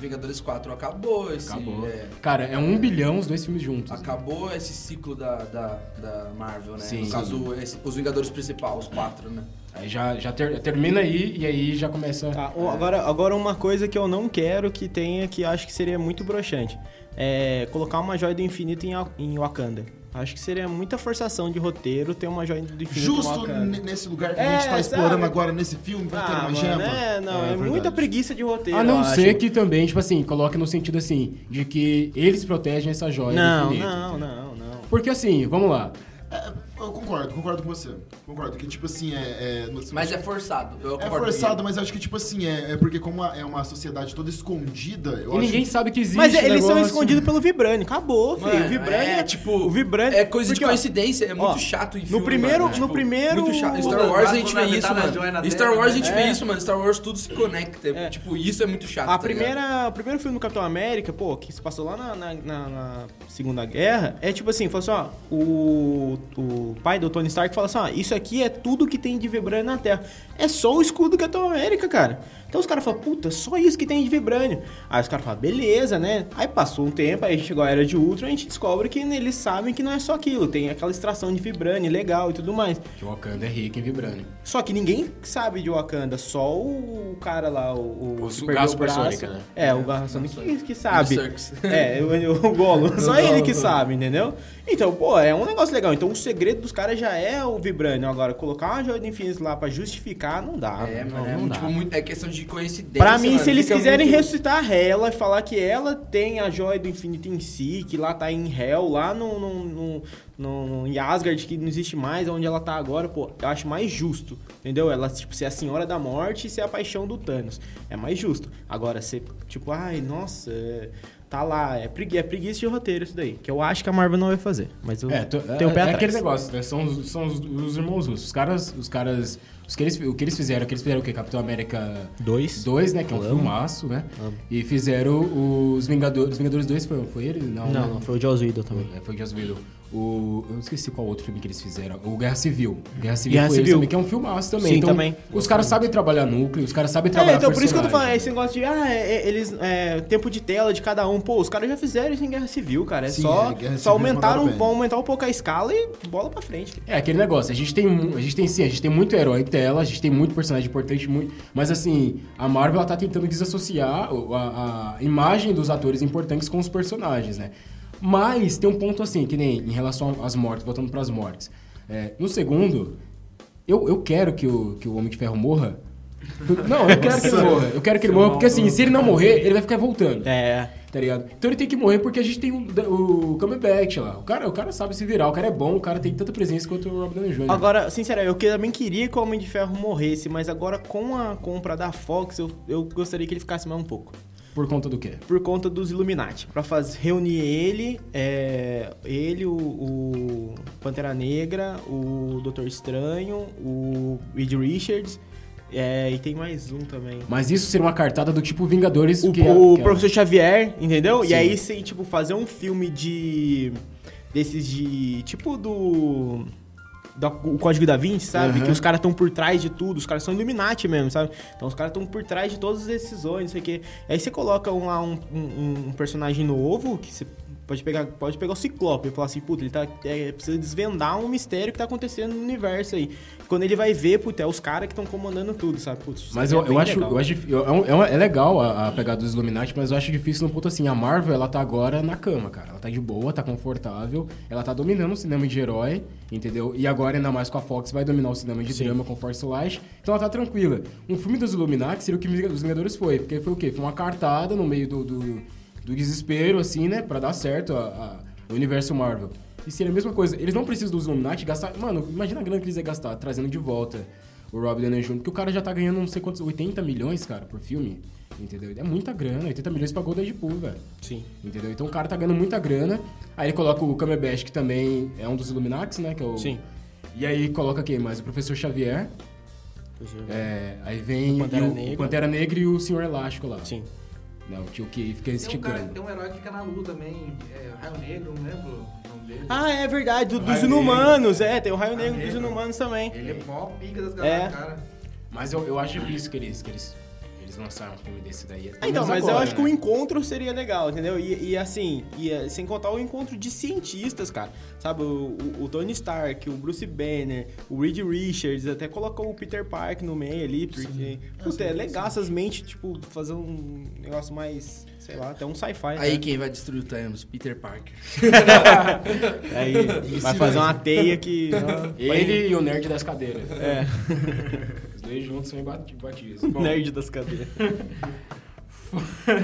Vingadores 4 acabou esse.
Acabou.
é,
Cara, é um bilhão os dois filmes juntos.
acabou esse ciclo da, da, da Marvel, né?
Sim.
no caso, esse- os Vingadores principais, os quatro, né?
Aí já, já ter- termina aí e aí já começa.
Tá, o- agora, agora uma coisa que eu não quero que tenha, que acho que seria muito broxante, é colocar uma joia do infinito em, Wa- em Wakanda. Acho que seria muita forçação de roteiro ter uma joia do infinito em
Justo
Wakanda.
ne- nesse lugar que
É,
a gente tá
sabe?
explorando agora nesse filme, vai ter
Ah,
uma
mano,
gema.
é, não, é,
verdade.
muita preguiça de roteiro.
A não
eu
ser
acho.
que também, tipo assim, coloque no sentido assim, de que eles protegem essa joia do
Não,
infinito.
não, não, não.
Porque assim, vamos lá.
É, eu concordo, concordo com você. Concordo que, tipo assim, é. é no-
Mas é forçado. Eu
É
concordo
forçado,
com ele.
mas acho que, tipo assim, é, é porque como a- é uma sociedade toda escondida, eu
e
acho
ninguém
que...
sabe que existe.
Mas é, eles
negócio.
são
né?
escondidos pelo Vibranium, acabou, filho.
Mano,
o Vibranium
é,
é,
tipo,
O Vibranium...
É coisa de
porque, ó,
coincidência, é muito
ó,
chato em
no
filme,
primeiro-
mano, tipo,
no primeiro-
Muito chato. Star
Quando
Wars a
dá-
gente
quando
vê
dá
isso,
na joia na
mano. Star
terra,
Wars a gente
né?
vê isso, mano. Star Wars tudo se conecta.
É.
Tipo, isso é muito chato.
A
tá ligado?
primeira, o primeiro filme do Capitão América, pô, que se passou lá na, na- na- na Segunda Guerra, é tipo assim, falou assim, ó, o, o pai do Tony Stark fala assim, ó, isso aqui é tudo que tem de vibrânio na Terra. É só o escudo do Capitão América, cara. Então os caras falam, puta, só isso que tem de vibrânio. Aí os caras falam, beleza, né? Aí passou um tempo, aí chegou a Era de Ultron, a gente descobre que eles sabem que não é só aquilo, tem aquela extração de vibrânio legal e tudo mais.
Que o Wakanda é rico em vibrânio.
Só que ninguém sabe de Wakanda, só o cara lá, o... O,
O
que
Su- Garra
perdeu o braço.
Supersônica, né?
É, o Garra Sonic que, que sabe.
O Circus.
É, o, o Golo. Só
O
ele
Gollum.
que sabe, entendeu? Então, pô, é um negócio legal. Então o segredo dos caras já é o Vibranium. Agora, colocar uma joia do infinito lá pra justificar, não dá.
É,
Ah, não,
mano.
não
É,
dá.
tipo, muito- é questão de coincidência.
Pra mim,
mano,
se eles
fica
quiserem
muito-
ressuscitar Hela e falar que ela tem a joia do infinito em si, que lá tá em Hell, lá no, no, no, no- em Asgard, que não existe mais, onde ela tá agora, pô, eu acho mais justo, entendeu? Ela, tipo, ser a Senhora da Morte e ser a paixão do Thanos. É mais justo. Agora, ser, tipo, ai, nossa, é, tá lá, é, pregui é preguiça de roteiro isso daí, que eu acho que a Marvel não vai fazer, mas eu
É, tô- é,
tenho o pé
é
atrás.
aquele negócio, né? São, os- são os, os irmãos russos. Os caras. Os caras. Os que eles, o que eles fizeram? Que eles fizeram o quê? Capitão América
Dois.
2, né? Que é um
Amo.
filmaço, né? E fizeram os Vingadores. Os Vingadores 2 foi, foi ele? Não,
Não,
né?
não, foi o Joss Whedon também.
É, foi o Joss Whedon. O, eu esqueci qual outro filme que eles fizeram. O Guerra Civil. Guerra Civil
Guerra
foi eles
Civil.
também, que é um filmaço também.
Sim,
então,
também.
Os caras sabem trabalhar núcleo, os caras sabem trabalhar
É, então por isso que eu tô falando,
personagem.
esse negócio de, ah, é, é, eles, é, tempo de tela de cada um, pô, os caras já fizeram isso em Guerra Civil, cara, é
Sim,
só,
é, Guerra
só
Civil
aumentar, um,
mandaram bem.
aumentar um pouco a escala e bola pra frente.
É
cara.
aquele negócio, a gente tem, mu- a gente tem sim, a gente tem muito herói tela, a gente tem muito personagem importante, muito, mas assim, a Marvel ela tá tentando desassociar o- a, a imagem dos atores importantes com os personagens, né? Mas tem um ponto assim, que nem em relação às mortes, voltando pras mortes. É, no segundo, eu, eu quero que o, que o Homem de Ferro morra Não, eu quero que ele morra. Eu quero que ele morra, porque assim, se ele não morrer, ele vai ficar voltando.
É.
Tá ligado? Então ele tem que morrer porque a gente tem o, o comeback lá. O cara, o cara sabe se virar, o cara é bom, o cara tem tanta presença quanto o Rob Downey Jr.
Agora, sinceramente, eu que- também queria que o Homem de Ferro morresse, mas agora com a compra da Fox, eu, eu gostaria que ele ficasse mais um pouco.
Por conta do quê?
Por conta dos Illuminati. Pra fazer, reunir ele, é, ele, o, o Pantera Negra, o Doutor Estranho, o Reed Richards, é, e tem mais um também.
Mas isso seria uma cartada do tipo Vingadores
o,
que
o
que é
professor Xavier, entendeu?
Sim.
E aí você, tipo, fazer um filme de. desses de. tipo do. da- o Código da Vinci, sabe?
Aham.
Que os caras estão por trás de tudo, os caras são Illuminati mesmo, sabe? Então os caras estão por trás de todas as decisões, não sei o quê. Aí você coloca um, lá um, um- um personagem novo, que você pode pegar, pode pegar o Ciclope e falar assim, puta, ele tá, é, precisa desvendar um mistério que tá acontecendo no universo aí. Quando ele vai ver, puta, é os caras que estão comandando tudo, sabe? Putz,
Mas
seria
eu, eu
é bem
acho,
legal.
eu acho dif- eu- é, um- é uma- é legal a, a pegada dos Illuminati, mas eu acho difícil no ponto assim. A Marvel, ela tá agora na cama, cara. Ela tá de boa, tá confortável, ela tá dominando o cinema de herói, entendeu? E agora, ainda mais com a Fox, vai dominar o cinema de drama com Force Light. Então ela tá tranquila. Um filme dos Illuminati seria o que os Vingadores foi, porque foi o quê? Foi uma cartada no meio do, do, do desespero, assim, né? Pra dar certo a- a- o universo Marvel. E seria a mesma coisa. Eles não precisam dos Illuminati gastar. Mano, imagina a grana que eles iam gastar trazendo de volta o Rob Downey Jr., porque o cara já tá ganhando não sei quantos, 80 milhões, cara, por filme. Entendeu? É muita grana, 80 milhões pagou o Deadpool, velho.
Sim.
Entendeu? Então o cara tá ganhando muita grana. Aí ele coloca o Cumberbatch, que também é um dos Illuminati, né? Que é o...
Sim.
E aí coloca quem mais? O Professor Xavier. É, aí vem
O Pantera
e o,
Negra.
o Pantera Negra e o Senhor Elástico lá.
Sim.
Né, o tio que fica
Tem um, cara, tem
esticando.
um herói que fica na lua também, é, Raio Negro, não lembro o nome dele.
Ah, é verdade, do- dos
Raio
inumanos, é, tem o raio negro
Raio
dos
negro.
inumanos também.
Ele é mó pica das
É.
garotas, cara.
Mas eu, eu acho difícil que eles, que eles, eles lançaram um filme desse daí.
É
Ah, então, mas eu acho
né?
que o encontro seria legal, entendeu? E, e assim, e, eh, sem contar o encontro de cientistas, cara. Sabe, o, o- o Tony Stark, o Bruce Banner, o Reed Richards, até colocou o Peter Park no meio ali,
Ah,
porque. Puta, é legal essas mentes, tipo, fazer um negócio mais, sei lá, até um sci-fi.
Aí
né?
quem vai destruir o Thanos? Peter Parker.
Aí vai fazer uma teia que.
Ele e o Nerd das Cadeiras.
É,
Os dois juntos são tipo, imbatíveis. Bom,
nerd das cadeiras.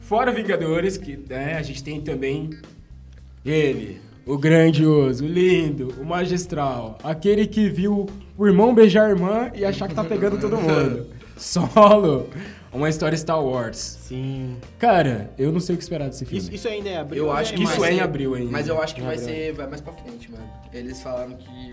Fora Vingadores, que né, a gente tem também ele, o grandioso, o lindo, o magistral, aquele que viu o irmão beijar a irmã e achar que tá pegando todo mundo. Solo, uma história Star Wars.
Sim.
Cara, eu não sei o que esperar desse filme.
Isso, isso ainda é abril.
Eu
né?
acho que
Isso
vai
é em
ser-
abril ainda.
Mas eu acho que
Em
vai
abril.
ser. Vai mais pra frente, mano. Eles falaram que.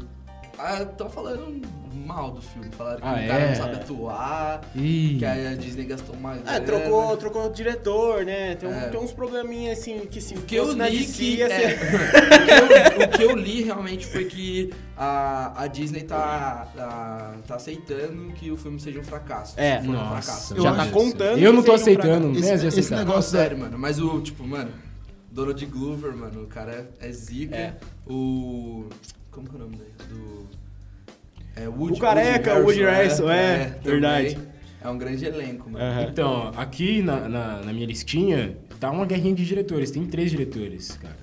Ah, estão falando mal do filme. Falaram que
Ah,
o cara
é?
não sabe atuar.
Ih.
Que a Disney gastou mais.
É,
grana.
trocou, trocou o diretor, né? Tem, um-
né? É.
tem uns programinhas assim que se
O que eu
fosse na
li
DC
que,
ia ser-
é, o, que eu, o que eu li realmente foi que a, a Disney tá, tá, tá aceitando que o filme seja um fracasso.
É.
Foi um
Nossa,
fracasso.
Já
Eu
tá
acho-
contando.
eu
que
não tô
seja um
aceitando, não
fracasso.
tem
Esse,
é esse,
esse negócio é...
Sério, mano. Mas o, tipo, mano, Donald Glover, mano, o cara é zica. O. Como que é o nome dele? Do. É Woody,
O careca, o Woody Harrelson, é,
também.
verdade.
É um grande elenco, mano.
Aham.
Então, aqui na, na- na minha listinha, tá uma guerrinha de diretores. Tem três diretores, cara.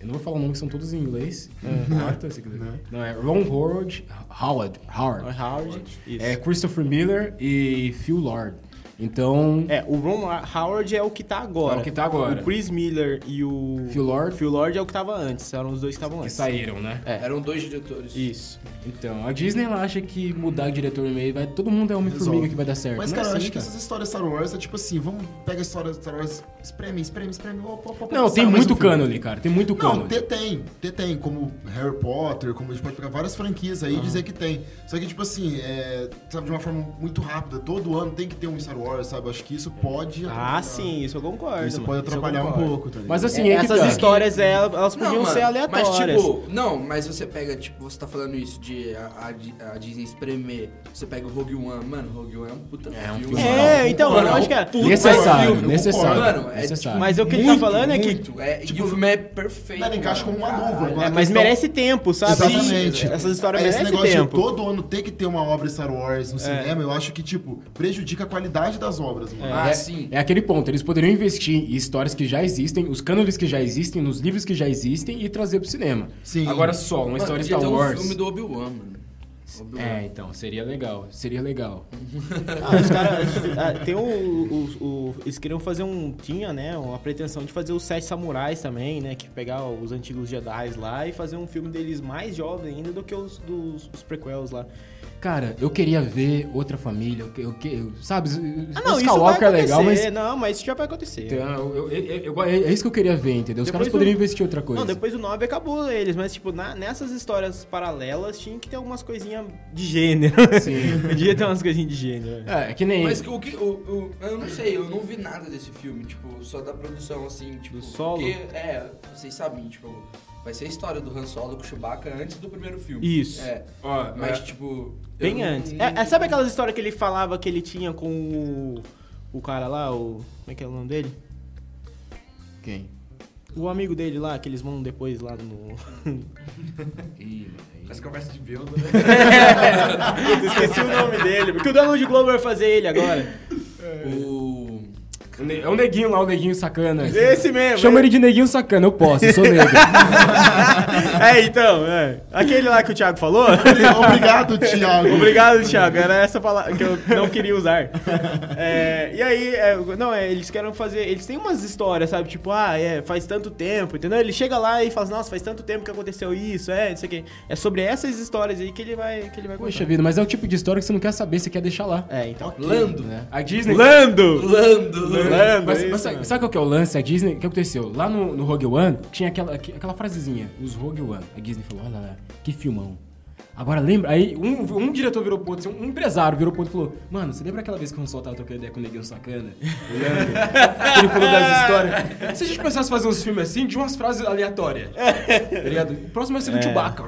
Eu não vou falar o nome, que são todos em inglês. Não importa, se quiser. Não, é Ron Howard, Howard, Howard.
É Howard. Isso.
É Christopher Miller e Phil Lord. Então,
É, o Ron Howard é o que tá agora.
É o que tá agora.
O Chris Miller e o.
Phil Lord.
Phil Lord é o que tava antes. Eram os dois que estavam
que
antes.
saíram, né?
É.
Eram dois diretores.
Isso.
Então, a Disney ela acha que mudar de diretor no meio vai. Todo mundo é uma
Resolve.
formiga que vai dar certo.
Mas,
Não é
cara, eu
assim,
acho que essas histórias Star Wars é tipo assim, vamos pega a história Star Wars, espreme, espreme, espreme, opa, opa, opa,
Não,
sai
tem
mais
muito
um filme.
cano ali, cara. Tem muito
Não,
cano.
tem, tem, tem, tem, como Harry Potter, como a gente pode pegar várias franquias aí e dizer que tem. Só que, tipo assim, é, sabe, de uma forma muito rápida, todo ano tem que ter um Star Wars, sabe? Acho que isso pode
Ah,
atrapalhar.
sim, isso eu concordo.
Isso
mano.
pode
eu
atrapalhar um
concordo.
pouco, tá ligado?
Mas assim, é, que
Essas
tá.
histórias, elas, elas podiam
mano,
ser aleatórias.
Mas, tipo, não, mas você pega, tipo, você tá falando isso de a, a Di- a Disney espremer. Você pega o Rogue One, mano, Rogue One é um puta é, filme.
filme.
é, então, mano, eu
Mano,
acho que era.
Necessário,
Mano,
necessário.
mano, é
necessário.
Mas o que ele tá
Muito,
falando é que
muito. É, e o filme é perfeito.
Ela encaixa
mano.
como uma luva.
Caralho.
uma
É, mas
questão-
merece tempo, sabe?
Exatamente.
Essas histórias
É, Esse
merecem
negócio
tempo. É.
de todo ano ter que ter uma obra Star Wars no cinema, eu acho que, tipo, prejudica a qualidade das obras, mano.
Ah, sim.
É aquele ponto, eles poderiam investir em histórias que já existem, os cânones que já existem, nos livros que já existem e trazer pro cinema.
Sim.
Agora só, uma
Mano,
história
podia
Star
ter um
Wars.
filme do Obi-Wan, mano.
É, então, seria legal. Seria legal.
Ah, os caras. ah, tem o, o- o- Eles queriam fazer um. Tinha, né? Uma pretensão de fazer os Sete Samurais também, né? Que pegar os antigos Jedi lá e fazer um filme deles mais jovem ainda do que os dos os prequels lá.
Cara, eu queria ver outra família. Eu, eu, eu, sabe,
Ah, não, isso vai
Skywalker
acontecer.
é legal, mas.
Não, mas isso já vai acontecer.
Então, eu- eu- eu- é isso que eu queria ver, entendeu? Os
Depois
caras poderiam
o-
investir em outra coisa.
Não, depois o 9 acabou eles, mas tipo, na- nessas histórias paralelas tinha que ter algumas coisinhas de gênero.
Sim.
Podia ter umas coisinhas de gênero.
É, é que nem.
Mas o que. O, o- eu não sei, eu não vi nada desse filme, tipo, só da produção, assim, tipo.
Do solo?
Porque, é, vocês sabem, tipo, vai ser a história do Han Solo com o Chewbacca antes do primeiro filme.
Isso.
É.
Ó,
Mas, tipo. eu
Bem
não-
antes.
não-
É, é, sabe aquelas histórias que ele falava que ele tinha com o. O cara lá, o. Como é que é o nome dele?
Quem?
O amigo dele lá, que eles vão depois lá no.
Ih,
Mas conversa de beuda.
Eu Esqueci o nome dele. Porque o Donald Glover vai fazer ele agora.
O.
o ne- É o neguinho lá, o neguinho sacana.
Esse mesmo.
Chama ele de neguinho sacana, eu posso, eu sou negro.
É, então, é. Aquele lá que o Thiago falou.
Obrigado, Thiago.
Obrigado, Thiago. Era essa palavra que eu não queria usar. É, e aí, é, não, é, eles querem fazer. Eles têm umas histórias, sabe? Tipo, ah, é, faz tanto tempo, entendeu? Ele chega lá e fala, nossa, faz tanto tempo que aconteceu isso, é, não sei o quê. É sobre essas histórias aí que ele vai, que ele vai
Poxa
contar.
vida, mas é o tipo de história que você não quer saber, você quer deixar lá.
É, então.
Lando.
né? A Disney.
Lando!
Lando!
Lando!
Mas, mas
é isso,
sabe,
mano.
sabe qual que é o lance? A Disney, o que aconteceu? Lá no, no Rogue One, tinha aquela, aqu- aquela frasezinha, os Rogue One. A Disney falou, olha lá, que filmão. Agora lembra, aí um, um diretor virou pro outro, assim, um empresário virou pro outro e falou, mano, você lembra aquela vez que o Han Solo tava trocando ideia com o Neguinho Sacana? O Lando? Ele falou das histórias. Se a gente pensasse fazer uns filmes assim, de umas frases aleatórias, tá ligado? O próximo vai ser do
É.
Chewbacca.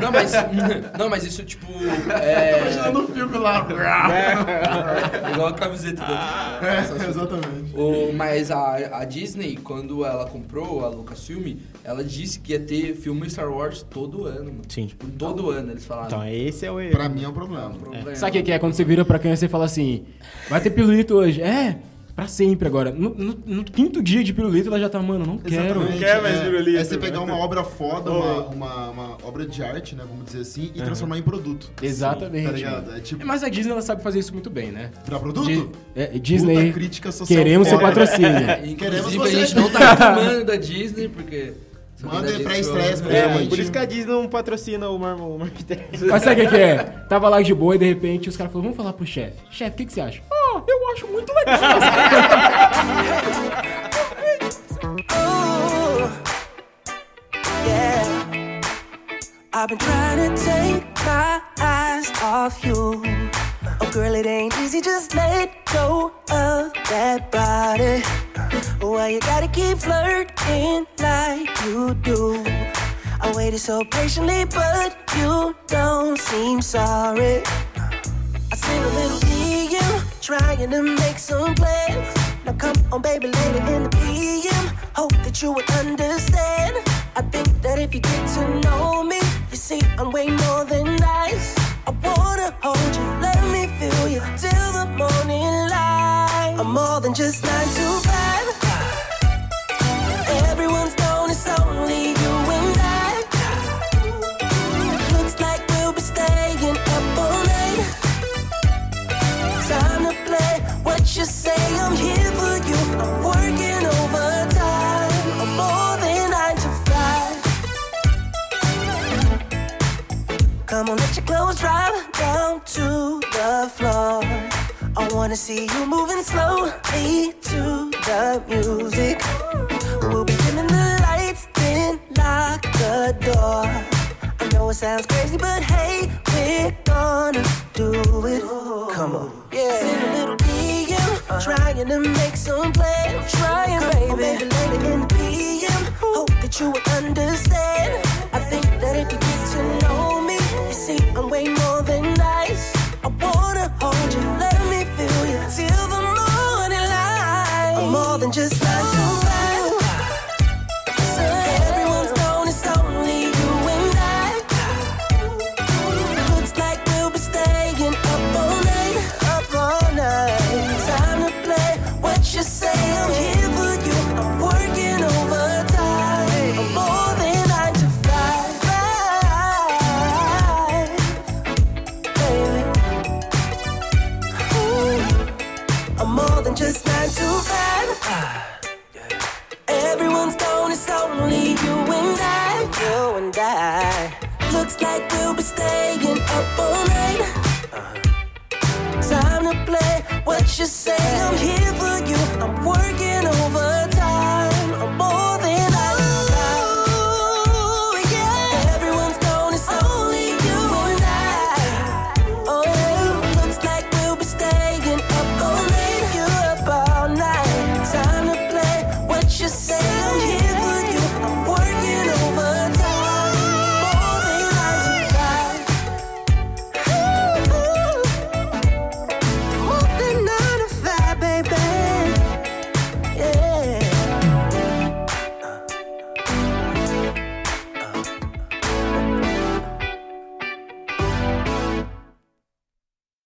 Não, mas. Não, mas isso, tipo. É.
No filme lá.
É.
Igual a camiseta dele.
É, exatamente.
O, mas a, a Disney, quando ela comprou a Lucasfilm, ela disse que ia ter filme Star Wars todo ano, mano.
Sim.
Tipo, todo ano eles falaram.
Então, esse é o erro.
Pra mim é um problema.
Problema.
Sabe o que é? Quando você vira pra criança e fala assim, vai ter pirulito hoje. É, pra sempre agora. No, no- no quinto dia de pirulito ela já tá, mano, não quero.
Exatamente,
quer mais
é,
pirulito,
É você pegar
né?
uma obra foda,
Ô.
Oh.
uma, uma, uma obra de arte, né? Vamos dizer assim, e transformar em produto.
Exatamente.
Tá ligado? É tipo,
Mas a Disney ela sabe fazer isso muito bem, né?
pra
Di-
produto?
é, Disney,
Puta crítica social
queremos seu
foda.
patrocínio.
Queremos
Inclusive, a
você.
gente não tá reclamando da Disney, porque.
Manda aí pra estreia esse
É,
programa.
por isso que a Disney não patrocina o Marvel o Marvel.
Mas sabe o que que é? Tava lá de boa e de repente os caras falaram, vamos falar pro chefe. Chefe, o que, que você acha? Ah, eu acho muito legal.
yeah. I've been trying to take my eyes off you. Oh, girl, it ain't easy. Just let go of that body. Why you gotta keep flirting like you do? I waited so patiently, but you don't seem sorry. I still little PM, trying to make some plans. Now come on, baby, later in the PM. Hope that you would understand. I think that if you get to know me, you see I'm way more than nice. I wanna hold you, let me feel you till the morning light. I'm more than just nine to five. Everyone's gone, it's only you and I. Looks like we'll be staying up all night. Time to play what you say. I'm here for you. I'm working overtime. I'm more than nine to five. Come on, let your clothes drop down to the floor. I wanna see you moving slowly to the music. We'll be dimming the lights, then lock the door. I know it sounds crazy, but hey, we're gonna do it. Come on, yeah. Send a little DM, trying to make some plans. Trying, baby. maybe later in the PM. Hope that you will understand. I think that if you get to know me, you see I'm way more than nice. I wanna hold you, let me feel you till the morning light. I'm more than just nine to five. Everyone's gone, it's only you and I. Looks like we'll be staying up all night, up all night. Time to play what you say. I'm here for you. I'm working overtime. I'm more than nine to only you and I, you and I. Looks like we'll be staying up all night. Time to play what you say. I'm here for you. I'm working. Oh,